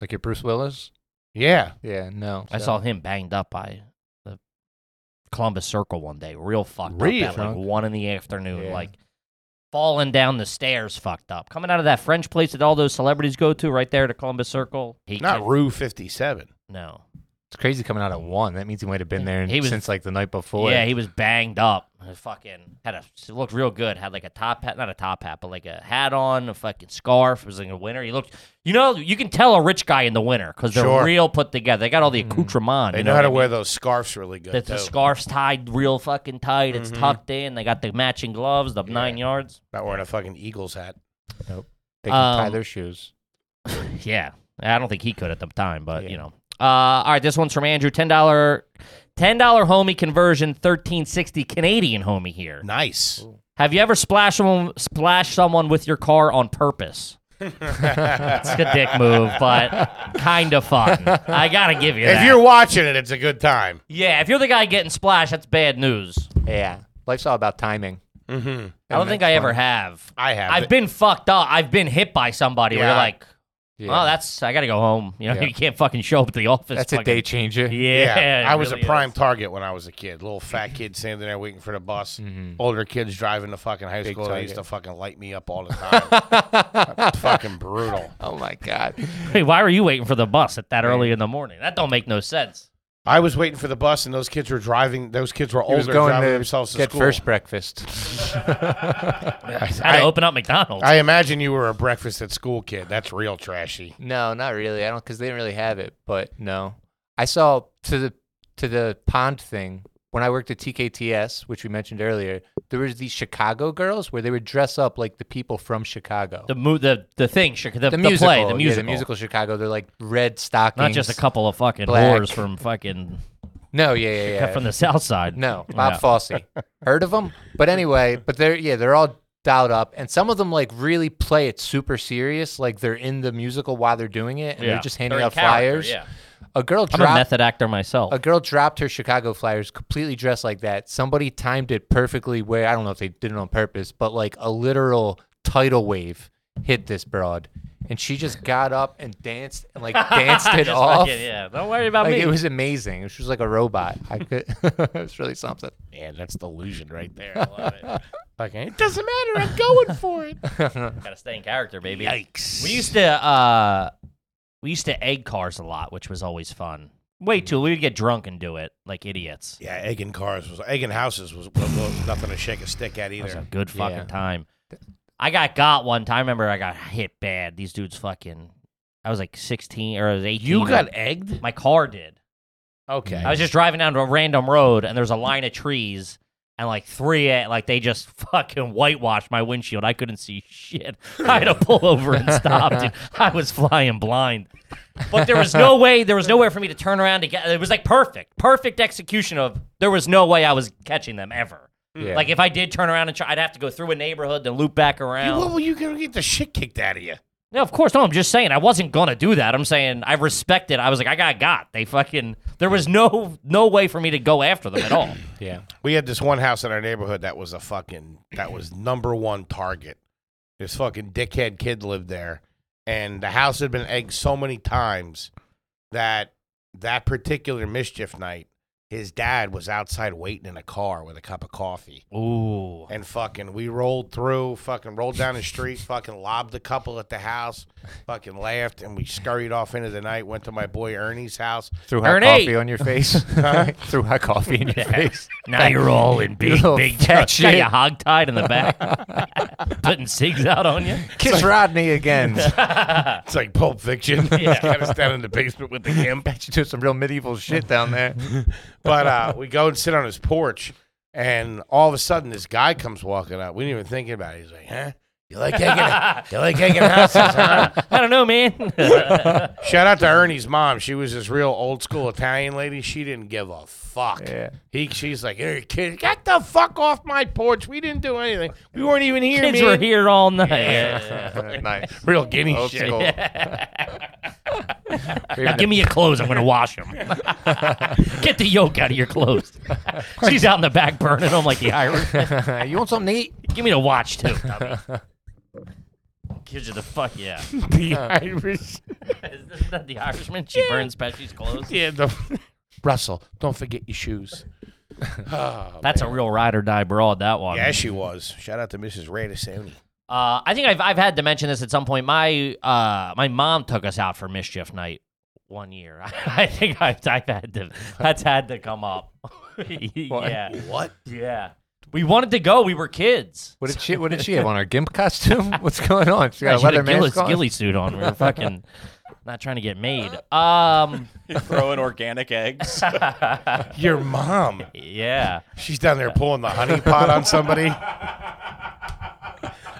like your Bruce Willis?
Yeah,
Yeah, no.
I
so-
saw him banged up by the Columbus Circle one day, real fucked
Real
up at
drunk.
like one in the afternoon,
Yeah.
like falling down the stairs, fucked up. Coming out of that French place that all those celebrities go to, right there to Columbus Circle. He
not
could-
Rue 57.
no.
It's crazy coming out at one. That means he might have been there
He was-
since like the night before.
Yeah, he was banged up. He Fucking had a looked real good. Had like a top hat, not a top hat, but like a hat on, a fucking scarf. It was like a winter. He looked, you know, you can tell a rich guy in the winter because they're
Sure. Mm-hmm.
real put together. They got all the accoutrements.
They
you
know, how
what
to
I mean?
wear those scarves really good.
That the
too.
scarf's tied real fucking tight.
Mm-hmm.
It's tucked in. They got the matching gloves, the nine yards.
Not wearing a fucking Eagles hat.
They can tie
Um,
their shoes.
Yeah. I don't think he could at the time, but
Yeah.
you know. Uh, all right, this one's from Andrew. Ten dollar, ten dollar homie conversion, thirteen sixty Canadian homie here.
Nice.
Have you ever splashed someone, splashed someone with your car on purpose? It's a dick move, but kind of fun. I gotta give you that.
If you're watching it, it's a good time.
yeah, if you're the guy getting splashed, that's bad news.
Yeah. Life's all about timing.
Mm-hmm.
I don't
And
think
that's
I ever
fun.
have.
I have.
I've been fucked up. I've been hit by somebody. where
Yeah.
you're like,
Yeah.
oh, that's I gotta go home. You know,
Yeah.
you can't fucking show up at the office.
That's a
fucking-
day changer.
Yeah, it
I was
really
a
is.
prime target when I was a kid. Little fat kid standing there waiting for the bus.
Mm-hmm.
Older kids driving to fucking high school. They used to
target.
fucking light me up all the time. fucking brutal.
Oh my god.
Hey, why were you waiting for the bus at that early in the morning? That don't make no sense.
I was waiting for the bus, and those kids were driving. Those kids were
He
older,
was going
driving
to
themselves to
get
school.
first breakfast.
How to
I-
open up McDonald's?
I imagine you were a breakfast at school kid. That's real trashy.
No, not really. I don't because they didn't really have it. But no, I saw to the to the pond thing when I worked at TKTS, which we mentioned earlier. There was these Chicago girls where they would dress up like the people from Chicago.
the mo- the the thing, Chic- the, the, play, the
yeah,
musical,
the musical Chicago. They're like red stockings.
not just a couple of fucking
Black.
whores from fucking
No, yeah, yeah, yeah.
from the south side.
No, Bob
Yeah.
Fosse. Heard of him? But anyway, but they're yeah, they're all dialed up, and some of them like really play it super serious, like they're in the musical while they're doing it, and
Yeah.
they're just handing
They're in
out
character,
flyers.
yeah.
A girl
I'm a
dropped
method actor myself.
a girl dropped her Chicago Flyers completely dressed like that. Somebody timed it perfectly where I don't know if they did it on purpose, but like a literal tidal wave hit this broad. And she just got up and danced and like danced it
Just
off.
fucking- yeah, don't worry about
Like
me.
it was amazing. She was like a robot. I could it was really something.
Yeah, that's delusion right there. I love it. Fucking, it doesn't matter. I'm going for it.
Gotta stay in character, baby.
Yikes.
We used to uh we used to egg cars a lot, which was always fun. Way too we would get drunk and do it like idiots.
Yeah, egging cars was egging houses was, was, was nothing to shake a stick at
It was
either.
a good fucking
Yeah.
time. I got got one time. I remember I got hit bad. These dudes fucking I was like sixteen or I was eighteen.
egged?
my car did.
Okay.
I was just driving down to a random road and there's a line of trees and like three like they just fucking whitewashed my windshield. I couldn't see shit. I had to pull over and stop. dude. I was flying blind. But there was no way there was nowhere for me to turn around to get it was like perfect. Perfect execution of there was no way I was catching them ever.
Yeah.
Like if I did turn around and try I'd have to go through a neighborhood then loop back
You-
around.
Well, well, you gonna get the shit kicked out of you.
No, of course. No, I'm just saying I wasn't gonna do that. I'm saying I respected. I was like, I got got. They fucking. There was no no way for me to go after them at all.
yeah.
We had this one house in our neighborhood that was a fucking that was number one target. This fucking dickhead kid lived there, and the house had been egged so many times that that particular mischief night, his dad was outside waiting in a car with a cup of coffee.
Ooh.
And fucking, we rolled through, fucking rolled down the street, fucking lobbed a couple at the house, fucking laughed, and we scurried off into the night. Went to my boy Ernie's house.
Threw hot
Ernie!
coffee on your face. Threw hot coffee in your face.
Now you're all in big,
You're all
big tech.
fresh,
Got you
yeah.
hog-tied in the back. Putting cigs out on you.
Kiss Rodney again.
It's like Pulp Fiction. Yeah. Got us down in the basement with the gimp.
Bet you did some real medieval shit down there.
But uh, we go and sit on his porch, and all of a sudden this guy comes walking up. We didn't even think about it. He's like, "Huh? You like taking you like taking houses, huh?"
I don't know, man.
Shout out to Ernie's mom. She was this real old school Italian lady. She didn't give a fuck.
Yeah.
He, she's like, "Hey, kid, get the fuck off my porch. We didn't do anything. We weren't even here,
Kids
man."
were here all night.
nice.
Real guinea
Old
shit.
school.
Now give me your clothes. I'm going to wash them. Get the yolk out of your clothes. She's out in the back burning them like the Irish.
you want something to eat?
Give me the watch, too. dummy. Gives you the fuck, yeah.
The Irish.
Isn't that the Irishman? She burns Pesci's clothes.
Yeah, the- Russell, don't forget your shoes.
Oh, That's a real ride or die broad, that one.
Yeah, she was. Shout out to Mrs. Radisoni.
Uh, I think I've, I've had to mention this at some point. My uh, my mom took us out for mischief night one year. I think I've, I've had to that's had to come up. yeah,
What?
yeah. We wanted to go. We were kids.
What did she? What did she have on her gimp costume? What's going on? She
I
got a
should
leather
have
mask
ghillie,
on.
ghillie suit on. We were fucking not trying to get made. Um,
You throw in organic eggs.
Your mom.
yeah.
She's down there pulling the honey pot on somebody.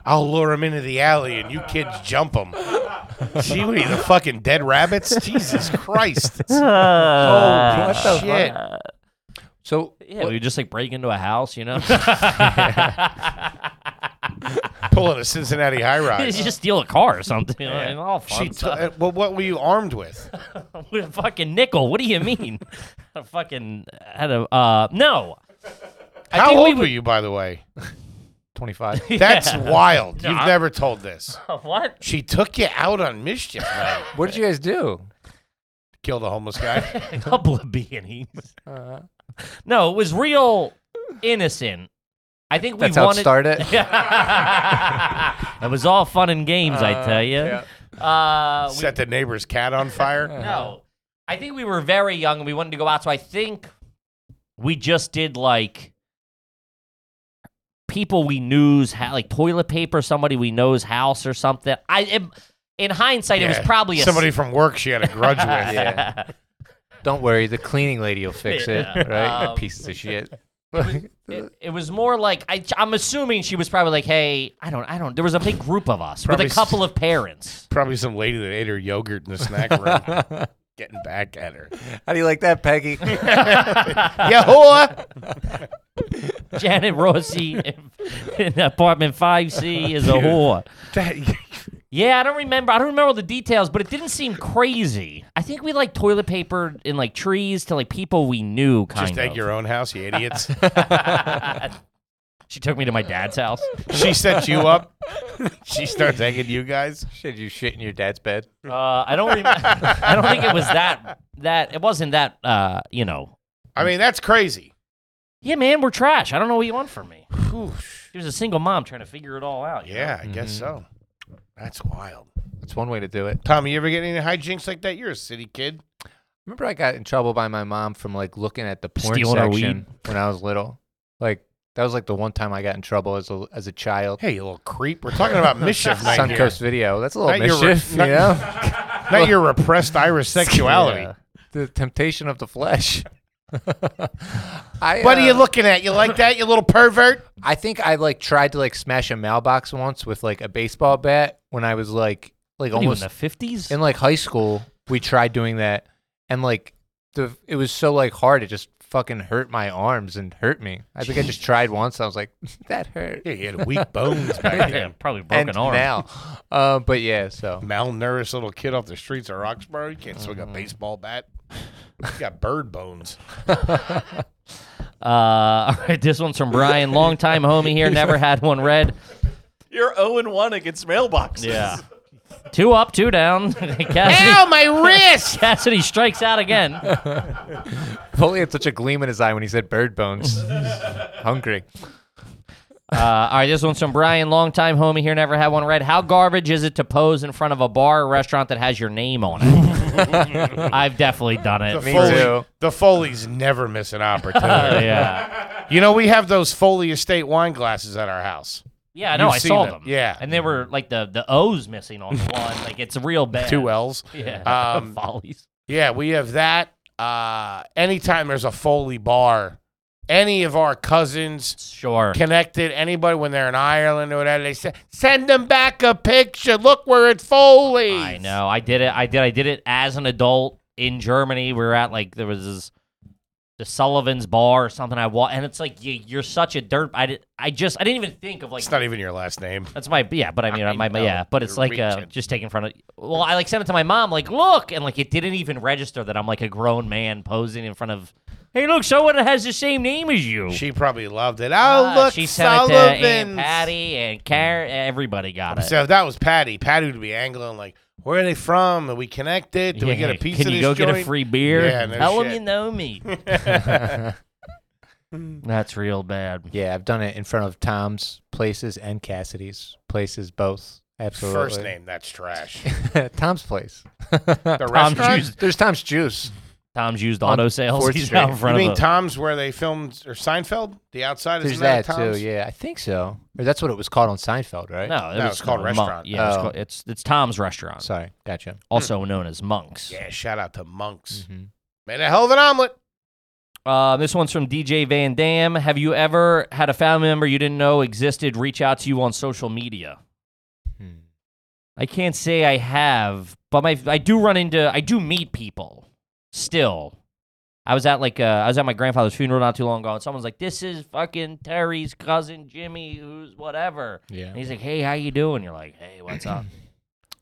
I'll lure him into the alley and you kids jump him. She would be the fucking dead rabbits. Jesus Christ.
Uh,
Oh, What the
Shit.
fuck? So
yeah, we would just like break into a house, you know.
Pulling a Cincinnati high rise.
just steal a car or something. You know, and all fun
She t-
stuff.
uh, well, what were you armed with?
With a fucking nickel. What do you mean? a fucking had a uh no. I
How
think we
old were
would-
you, by the way?
twenty-five.
That's wild. You've
I-
never told this.
What?
She took you out on mischief night.
what did you guys do?
Killed a homeless guy.
A couple of beanies.
Uh-huh.
No, it was real innocent. I think we
That's how it
wanted.
started.
it was all fun and games, I
Uh,
tell you. Uh, we-
Set the neighbor's cat on fire.
no, I think we were very young and we wanted to go out, so I think we just did like people we knew's ha- like toilet paper, somebody we know's house or something. I in- in hindsight, it was
Yeah.
probably a s-
somebody from work she had a grudge with.
Yeah. Don't worry, the cleaning lady will fix
Yeah.
it. Right?
Um,
Pieces of shit.
It, it was more like I, I'm assuming she was probably like, "Hey, I don't, I don't." There was a big group of us
Probably
with
s-
a couple of parents.
Probably some lady that ate her yogurt in the snack room. Getting back at her.
How do you like that, Peggy?
Yeah, whore.
Janet Rossi in, in apartment five C is a whore. Yeah, I don't remember. I don't remember all the details, but it didn't seem crazy. I think we like toilet paper in like trees to like people we knew. Kind
Just egg
of.
your own house, you idiots.
She took me to my dad's house.
she set you up. She starts egging you guys.
Should you shit in your dad's bed?
Uh, I don't. Rem- I don't think it was that. That it wasn't that. Uh, you know.
I mean, that's crazy.
Yeah, man, we're trash. I don't know what you want from me.
Whew.
She was a single mom trying to figure it all out. you know?
Yeah, I guess
Mm-hmm.
so. That's wild.
That's one way to do it.
Tommy, you ever get any hijinks like that? You're a city kid.
Remember, I got in trouble by my mom from like looking at the porn
Stealing her
section when I was little. Like that was like the one time I got in trouble as a as a child.
Hey, you little creep. We're talking about mischief night here.
Suncoast Video. That's a little
Not your re-
mischief,
not-
you know.
Not your repressed Irish sexuality.
Yeah. The temptation of the flesh. I,
What are you
uh,
looking at? You like that, you little pervert?
I think I like tried to like smash a mailbox once with like a baseball bat when I was like like
What are you in
almost
the fifties?
in like high school. We tried doing that, and like the it was so like hard. It just fucking hurt my arms and hurt me. I think I just tried once. I was like, that hurt.
Yeah, you had weak bones back
Yeah,
then.
probably broken
and
arm.
now, uh, but yeah. So
Malnourished little kid off the streets of Roxborough. You can't
Mm-hmm.
swing a baseball bat. You got bird bones.
Uh, all right, this one's from Brian, longtime homie here, never had one read.
oh You're 0 and 1 against mailboxes.
Yeah. Two up, two down. Cassidy,
Ow, my wrist!
Cassidy strikes out again.
Foley had such a gleam in his eye when he said bird bones. Hungry.
Uh, all right, this one's from Brian, longtime homie here, never had one read. How garbage is it to pose in front of a bar or restaurant that has your name on it? I've definitely done it.
The
Me
Foley-
too.
The Foley's never miss an opportunity.
yeah,
you know, we have those Foley estate wine glasses at our house.
yeah, I know.
You've
I
seen
saw
them,
them.
yeah.
and they were like the the O's missing on one. Like it's real bad.
Two L's.
Yeah,
Um,
follies.
Yeah, we have that. Uh, anytime there's a Foley bar, any of our cousins
Sure.
connected, anybody when they're in Ireland or whatever, they say, send them back a picture. Look where it's Foley.
I know. I did it. I did. I did it as an adult in Germany. We were at like there was this, the Sullivan's bar or something. I wa and it's like you, you're such a dirt. I did. I just. I didn't even think of like
It's not even your last name.
that's my yeah. But I mean,
I
my, my-
know.
yeah. But it's
You're
like uh,
reaching.
just taking front of. Well, I like sent it to my mom. Like look, and like it didn't even register that I'm like a grown man posing in front of. Hey, look, someone that has the same name as you.
She probably loved it. Oh,
Ah,
look,
she sent it to Aunt
Sullivan's.
Patty and Karen. Everybody got it.
So if that was Patty, Patty would be angling like, "Where are they from? Are we connected? Do we get a
Yeah,
piece
Can
of
you
this
go
joint?"
get a free beer?
Yeah, no
Tell 'em
shit.
you know me. That's real bad.
Yeah, I've done it in front of Tom's places and Cassidy's places, both. Absolutely.
First name, that's trash.
Tom's place.
The
Tom's
restaurant.
Juice.
There's Tom's juice.
Tom's used
On
auto sales.
Fourth
He's
Street.
out in
You
front
mean
of. a-
Tom's where they filmed or Seinfeld? The outside
There's
is
that
Tom's?
too. Yeah, I think so. Or that's what it was called on Seinfeld, right?
no, it
No,
was
it's called
Mon-
restaurant.
Yeah, it's,
Oh.
called, it's it's Tom's restaurant,
Sorry, gotcha.
also known as Monks.
hmm. Yeah, shout out to Monks.
Mhm.
Made a hell of an omelet.
Uh, this one's from DJ Van Dam. Have you ever had a family member you didn't know existed reach out to you on social media?
Hmm.
I can't say I have, but my I do run into I do meet people still. I was at like uh, I was at my grandfather's funeral not too long ago, and someone's like, "This is fucking Terry's cousin Jimmy, who's whatever." And
Yeah.
he's like, "Hey, how you doing?" You're like, "Hey, what's up?"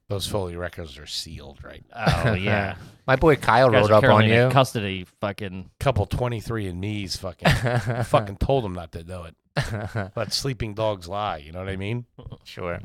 Those Foley records are sealed right now.
oh yeah,
My boy Kyle
Guys
rolled
are
up on
currently in
you.
Custody, fucking.
Couple twenty three and me's fucking fucking told them not to do it. But sleeping dogs lie. You know what I mean?
sure.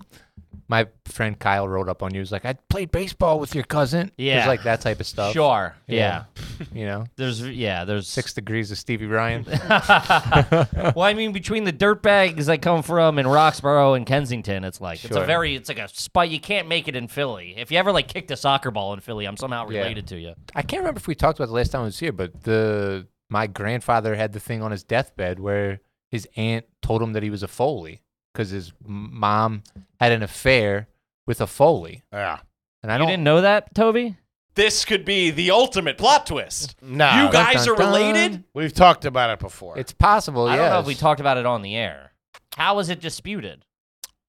My friend Kyle rolled up on you. He was like, I played baseball with your cousin.
Yeah.
Just like that type of stuff.
Sure. Yeah.
Yeah. You know,
There's yeah. There's
six degrees of Stevie Ryan.
well, I mean, between the dirt bags I come from in Roxborough and Kensington, it's like it's a
Sure.
very it's like a spot you can't make it in Philly. If you ever like kicked a soccer ball in Philly, I'm somehow
Yeah.
related to you.
I can't remember if we talked about it the last time I was here, but the my grandfather had the thing on his deathbed where his aunt told him that he was a Foley because his m- mom had an affair with a Foley,
Yeah.
and I
You
don't.
didn't know that, Toby?
This could be the ultimate plot twist.
No,
you guys
dun,
are
dun.
related?
we've talked about it before.
It's possible.
I don't know if we
yes.
talked about it on the air. How was it disputed?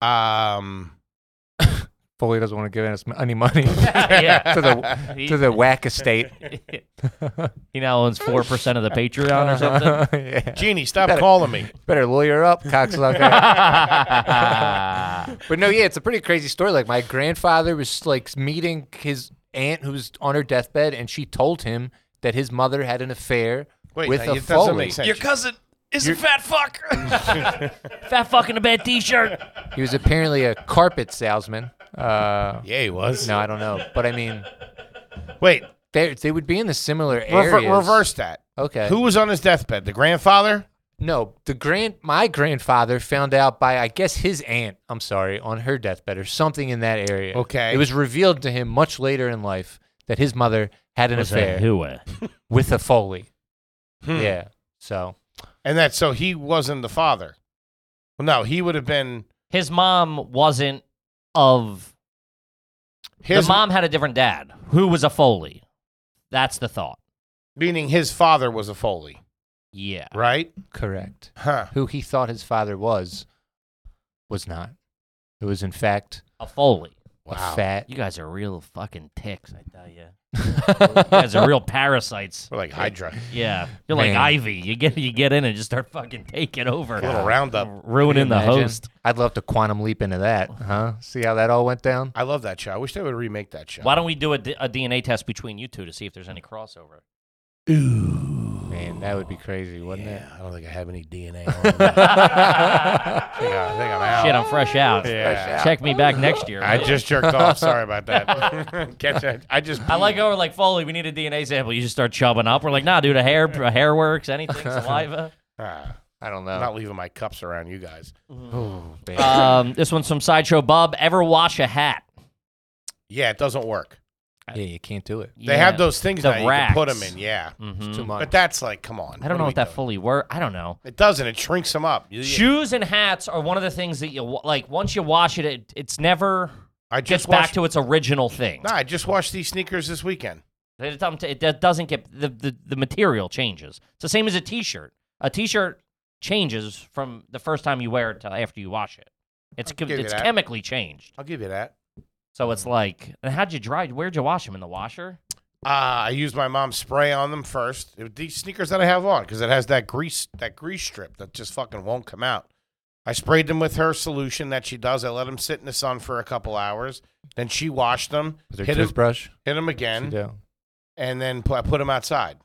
um,
Foley doesn't want to give us m- any money
yeah.
to the
He-
to the whack estate.
he now owns four percent of the Patreon or something.
yeah.
Jeannie, stop calling me.
Better lawyer up, cocksucker. But no, yeah, it's a pretty crazy story. Like my grandfather was like meeting his aunt who's on her deathbed, and she told him that his mother had an affair
Wait,
with
now,
a
it doesn't
Foley.
make sense.
Your cousin is a fat fuck.
Fat fucking a bad T-shirt.
He was apparently a carpet salesman. Uh,
Yeah, he was.
no, I don't know, but I mean,
Wait,
they they would be in the similar areas.
rever- reverse that.
Okay.
Who was on his deathbed? The grandfather?
No, the grand my grandfather found out by I guess his aunt. I'm sorry, on her deathbed or something in that area.
Okay.
It was revealed to him much later in life that his mother had an affair with a Foley. Yeah. So
Hmm. And that so he wasn't the father. Well, no, he would have been
His mom wasn't of
his
the mom had a different dad who was a Foley. That's the thought.
meaning his father was a Foley,
Yeah.
right?
correct.
Huh.
Who he thought his father was was not. It was in fact
A Foley.
a fat
You guys are real fucking ticks, I tell you. you guys are real parasites.
We're like Hydra.
Yeah. You're like
Man.
Ivy. You get you get in and just start fucking taking over.
A little roundup.
Ruining the
Imagine.
host.
I'd love to quantum leap into
Oh.
that, huh? See how that all went down?
I love that show. I wish they would remake that show.
Why don't we do a, D- a DNA test between you two to see if there's any crossover?
Man, that would
Oh,
be crazy, wouldn't it?
I don't think I have any DNA. On me. I, think I, I think I'm out.
Shit, I'm fresh out.
Yeah.
Check me back next year.
I just jerked off. Sorry about that. Catch that. I just.
I like how we're like Foley. We need a DNA sample. You just start chubbing up. We're like, nah, dude. A hair, a hair works. Anything, saliva.
Ah,
I don't
I'm
know.
not leaving my cups around you guys.
Mm. Um, this one's from Sideshow Bob. Ever wash a hat?
Yeah, it doesn't work.
yeah, you can't do it.
They have those things
The
now you can put them
racks. Mm-hmm.
in. Yeah,
It's too much.
but that's like, come on.
I don't know if
what
that
F-
fully work. I don't know.
it doesn't. It shrinks them up. You-
Shoes and hats are one of the things that you wa- like. Once you wash it, it it's never
I
gets
just
back
washed.
to its original thing.
Nah, I just washed these sneakers this weekend.
It, doesn't- it do- doesn't get the, the the material changes. It's the same as a T-shirt. A T-shirt changes from the first time you wear it to after you wash it. It's chem-
give you
it's
that.
chemically changed.
I'll give you that.
So it's like, and how'd you dry? Where'd you wash them in the washer?
Uh, I used my mom's spray on them first. It- these sneakers that I have on, because it has that grease that grease strip that just fucking won't come out. I sprayed them with her solution that she does. I let them sit in the sun for a couple hours. Then she washed them,
With
hit
their
them,
toothbrush.
hit them
She
again,
do.
and then put, I put them outside.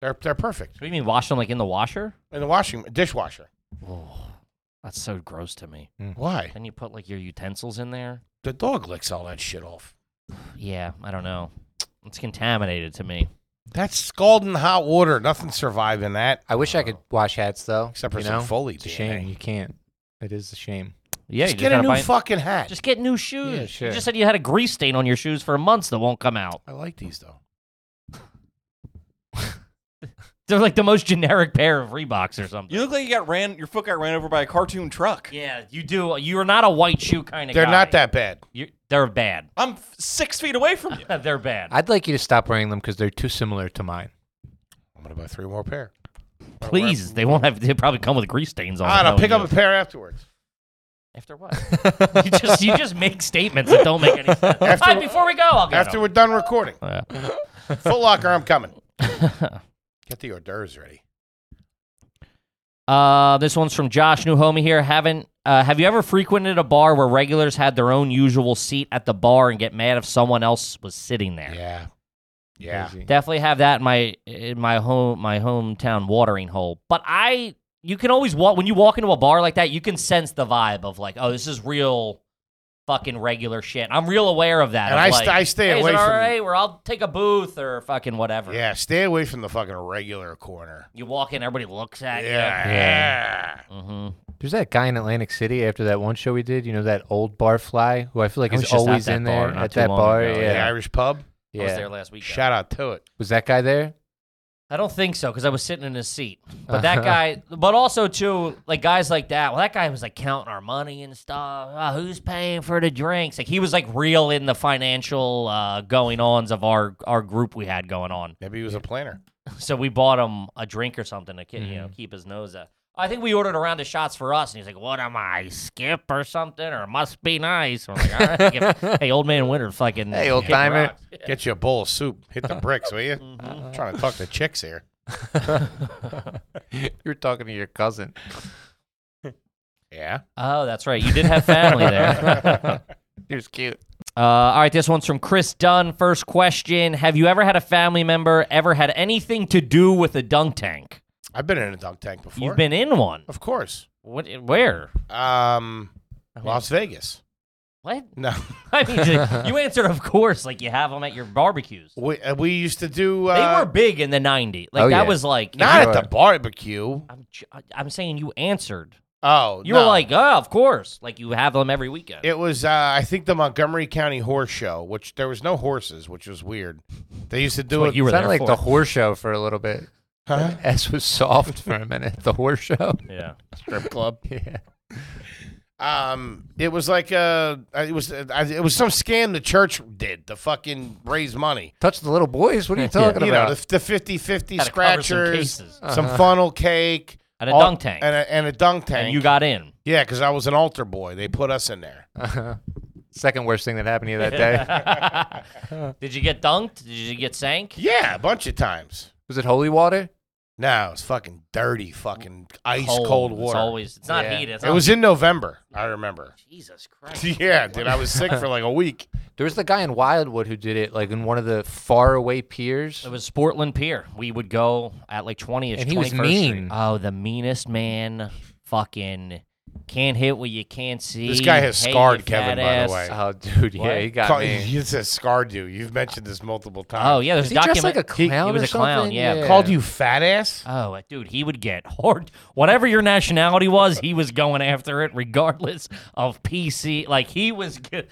They're they're perfect
What do you mean wash them like in the washer?
in the washing dishwasher.
Oh, that's so gross to me.
Why?
Then you put like your utensils in there.
The dog licks all that shit off.
Yeah, I don't know. It's contaminated to me.
That's scalding hot water. Nothing surviving that.
I wish I could wash hats though.
Except for
you
some
know?
Foley
It's a
DNA.
shame you can't. It is a shame.
Yeah,
just
you
get a
gotta
new
buy-
fucking hat.
Just get new shoes.
Yeah, sure.
You just said you had a grease stain on your shoes for months that won't come out.
I like these though.
They're like the most generic pair of Reeboks or something.
You look like you got ran. Your foot got ran over by a cartoon truck.
yeah, you do. You're not a white shoe kind of
They're
guy.
not that bad.
you they're bad.
I'm f- six feet away from you.
they're bad.
I'd like you to stop wearing them because they're too similar to mine.
I'm gonna buy three more pair.
Please, they won't have. They probably come with grease stains on.
I
them,
don't know,
don't
pick
you?
up a pair afterwards.
After what? you just you just make statements that don't make any sense. All right, before we go, I'll get
After we're done recording.
Yeah.
Foot Locker, I'm coming. Get the hors d'oeuvres ready.
Uh, this one's from Josh, new homie here. Haven't uh, have you ever frequented a bar where regulars had their own usual seat at the bar and get mad if someone else was sitting there?
Yeah. Yeah.
Crazy.
Definitely have that in my in my home my hometown watering hole. But I you can always walk when you walk into a bar like that, you can sense the vibe of like, oh, this is real fucking regular shit. I'm real aware of that.
And
of
I
like,
st- I stay
hey, is
away
it
from-
all right? Where I'll take a booth or fucking whatever.
Yeah. Stay away from the fucking regular corner.
You walk in, everybody looks at
Yeah.
you. Mm-hmm.
There's that guy in Atlantic City after that one show we did. You know that old barfly who I feel like
I was
is
just at
always
that
in
bar
there
not
at
too
that
long
bar.
ago,
yeah,
The Irish pub.
yeah.
I was
Was,
there last week.
Shout out to it.
that guy there?
I don't think so because I was sitting in his seat. But that guy, but also too, like guys like that. Well, that guy was like counting our money and stuff. Oh, who's paying for the drinks? Like he was like real in the financial uh, going ons of our our group we had going on.
Maybe he was a planner.
So we bought him a drink or something to ki- you know keep his nose up. I think we ordered a round of shots for us, and he's like, "What am I, Skip or something?" Or must be nice. I'm like, All right, give- hey, old man Winter, fucking
Hey, old timer.
Get you a bowl of soup. Hit the bricks, will you? I'm trying to talk to chicks here.
you were talking to your cousin.
Yeah.
Oh, that's right. You did have family there.
He was cute.
Uh, all right, this one's from Chris Dunn. First question: Have you ever had a family member ever had anything to do with a dunk tank?
I've been in a dunk tank before.
You've been in one.
Of course.
What? Where?
Um, Las Vegas.
What?
No.
I mean, you- you answered, of course, like you have them at your barbecues.
We, uh, we used to do.
they
Uh,
were big in the '90s. Like
Oh,
that
yeah.
was like.
not
Sure.
at the barbecue.
I'm, j- I'm saying you answered.
Oh,
You
no.
were like, oh, of course. Like you have them every weekend.
It was, uh, I think, the Montgomery County Horse Show, which there was no horses, which was weird. They used to do
what
it.
you were
Sounded
there
like
for.
the whore show for a little bit.
Huh?
S was soft for a minute. The whore show.
yeah.
Strip club. Yeah.
Um, it was like uh, it was uh, it was some scam the church did to fucking raise money.
Touch the little boys. What are you talking
You know,
about?
the, the 50-50
Gotta cover some
scratchers, some,
cases. Uh-huh.
funnel cake,
And a
all-
dunk tank.
and a, and a dunk tank.
And you got Uh. in.
yeah, because I was an altar boy. They put us in there.
Second worst thing that happened to you that day.
Did you get dunked? Did you get sank?
Yeah, a bunch of times.
was it holy water?
No, it's fucking dirty, fucking ice cold, water.
It's always. It's not
Yeah.
heat. It's
it
not
was in November. I remember.
Jesus Christ.
Yeah, dude, I was sick for like a week.
There was the guy in Wildwood who did it, like in one of the faraway piers.
It was Sportland Pier. We would go at like 20ish,
And he was
21st Street.
mean.
Oh, the meanest man. Fucking can't hit what you can't see.
This guy has
Hey, you
scarred
fat
Kevin, by the
ass.
way.
Oh, dude, yeah,
What?
he got
Call-
me.
He says scarred you. You've mentioned this multiple times.
Oh yeah, there's
Is he dressed
document-
like a clown
He was
or
a clown.
something?
Yeah.
Yeah.
Called you fat ass?
Oh, uh, dude, he would get hard. Whatever your nationality was, he was going after it, regardless of PC. Like he was, g-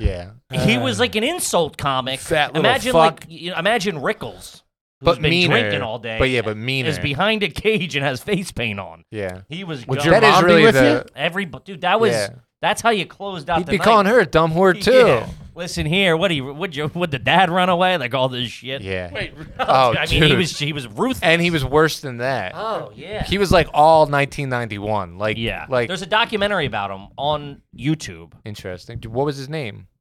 Yeah,
he was
Uh.
like an insult comic.
fat little
imagine
fuck.
like you know, imagine Rickles, who's
But
been
meaner.
drinking all day.
But yeah, but meaner.
Is behind a cage and has face paint on.
yeah.
He was.
Would
go-
your
That is
mom be
really
with
the.
Every dude, that was
Yeah.
that's how you closed out.
He'd
the
be
night.
calling her a dumb whore too.
Yeah. Listen here, what do you would you would the dad run away like all this shit?
Yeah.
Wait,
Oh,
I mean he
dude.
was he was ruthless.
And he was worse than that.
oh yeah.
He was like all 1991. Like
yeah.
like
there's a documentary about him on YouTube.
interesting. Dude, what was his name?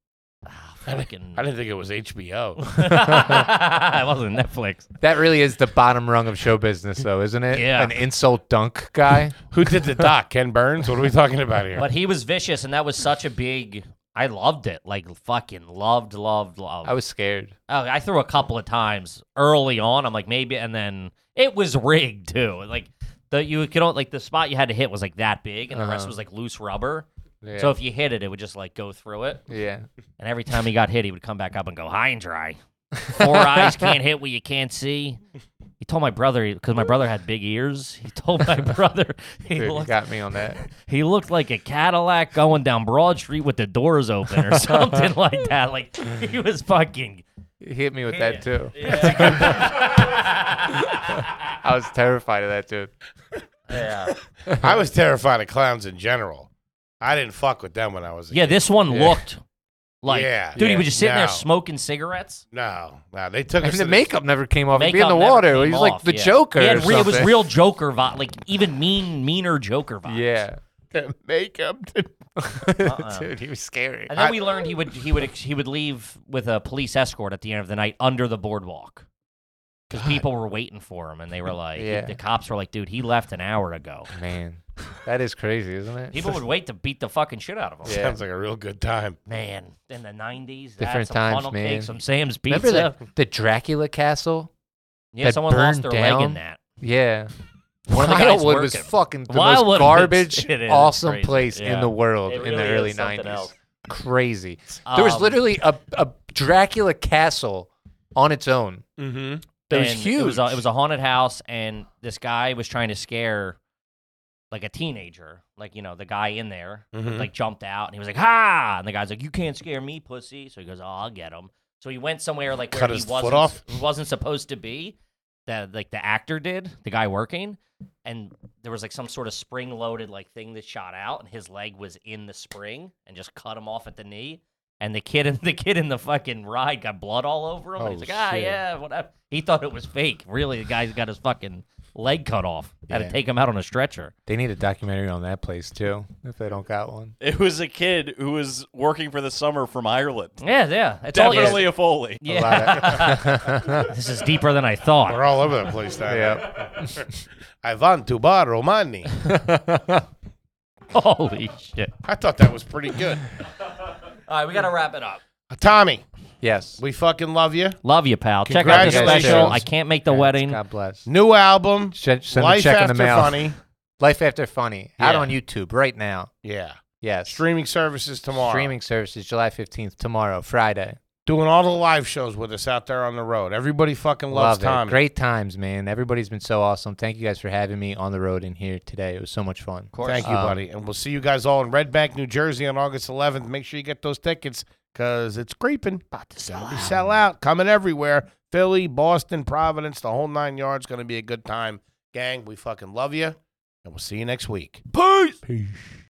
Fucking
I didn't think it was HBO.
it wasn't Netflix.
That really is the bottom rung of show business, though, isn't it?
Yeah.
An insult dunk guy.
Who did the doc? Ken Burns? What are we talking about here?
But he was vicious and that was such a big I loved it. Like fucking loved, loved, loved.
I was scared.
Oh, I threw a couple of times early on. I'm like maybe, and then it was rigged too. Like the you could only like the spot you had to hit was like that big, and the rest
Uh-huh.
was like loose rubber.
Yeah.
So if you hit it, it would just like go through it.
yeah.
And every time he got hit, he would come back up and go high and dry. Four eyes can't hit what you can't see. He told my brother because my brother had big ears. He told my brother he
Dude, you
looked
got me on that.
he looked like a Cadillac going down Broad Street with the doors open or something like that. Like he was fucking.
He hit me with that too. I was terrified of that dude.
I was terrified of clowns in general. I didn't fuck with them when I was a
Yeah,
kid.
this one
Yeah.
looked like
Yeah.
dude. He
Yeah.
was just sitting there
No.
smoking cigarettes.
No, no, they took
And
us
the
to
makeup never came off. He'd be in
Makeup
the
never
water.
came
He was like
off,
the
yeah.
Joker.
He
or
had re- it was
something.
real Joker vibe, like even mean, meaner Joker vibe.
Yeah.
The makeup.
Dude, he was scary.
And then
I-
we learned he would he would ex- he would leave with a police escort at the end of the night under the boardwalk because people were waiting for him, and they were like,
Yeah.
the cops were like, dude, he left an hour ago.
Man, that is crazy, isn't it?
People would wait to beat the fucking shit out of him.
Yeah.
Sounds like a real good time.
Man, in the nineties,
Different
some
times,
funnel cake,
man.
some Sam's
Remember
pizza.
the, the Dracula castle?
yeah,
that
someone lost
burned
their leg in
down?
that.
Yeah.
One of the guys
Wildwood was
working.
fucking the
Wildwood was-
most garbage,
it is
awesome
crazy.
place
Yeah.
in the world
It
in the
really
early
is something
90s.
else.
Crazy. There was
Um,
literally a, a Dracula castle on its own.
Mm-hmm.
That
Um, and It was,
was
a,
huge.
it was a haunted house, and this guy was trying to scare like a teenager, like you know the guy in there,
Mm-hmm.
Mhm.
like jumped out, and he was like, "Ha!" And the guy's like, "You can't scare me, pussy." So he goes, "Oh, I'll get him." So he went somewhere like
Cut
where
his
he
foot
wasn't
off?
wasn't supposed to be. That like the actor did, the guy working, and there was like some sort of spring loaded like thing that shot out, and his leg was in the spring, and just cut him off at the knee. And the kid in the kid in the fucking ride got blood all over him. and
Oh,
he's like, ah,
shit.
yeah, whatever. He thought it was fake. Really, the guy's got his fucking leg cut off. Had to
Yeah.
take him out on a stretcher.
They need a documentary on that place too, if they don't got one.
It was a kid who was working for the summer from Ireland.
Yeah, yeah. It's all- it's-
Definitely a Foley.
yeah. this is deeper than I thought.
We're all over the place now.
Yep.
I want to borrow money.
Holy shit.
I thought that was pretty good. Uh,
All right, we got to wrap it up.
Tommy,
yes.
we fucking love you.
Love you, pal. Check out the
Congratulations.
special. I can't make the wedding.
God bless.
New album.
Send, send a
Life
check in
after
the mail.
funny.
Life after funny. Out
Yeah.
on YouTube right now.
Yeah.
Yes.
Streaming services tomorrow.
Streaming services July 15th tomorrow, Friday.
Doing all the live shows with us out there on the road. Everybody fucking loves
Love
Tommy.
it. Great times, man. Everybody's been so awesome. Thank you guys for having me on the road in here today. It was so much fun.
Thank you,
Um,
buddy. And we'll see you guys all in Red Bank, New Jersey on August 11th. Make sure you get those tickets because it's creeping. About to sell out. Sell out. Coming everywhere. Philly, Boston, Providence, the whole nine yards. Going to be a good time. Gang, we fucking love you. And we'll see you next week. Peace.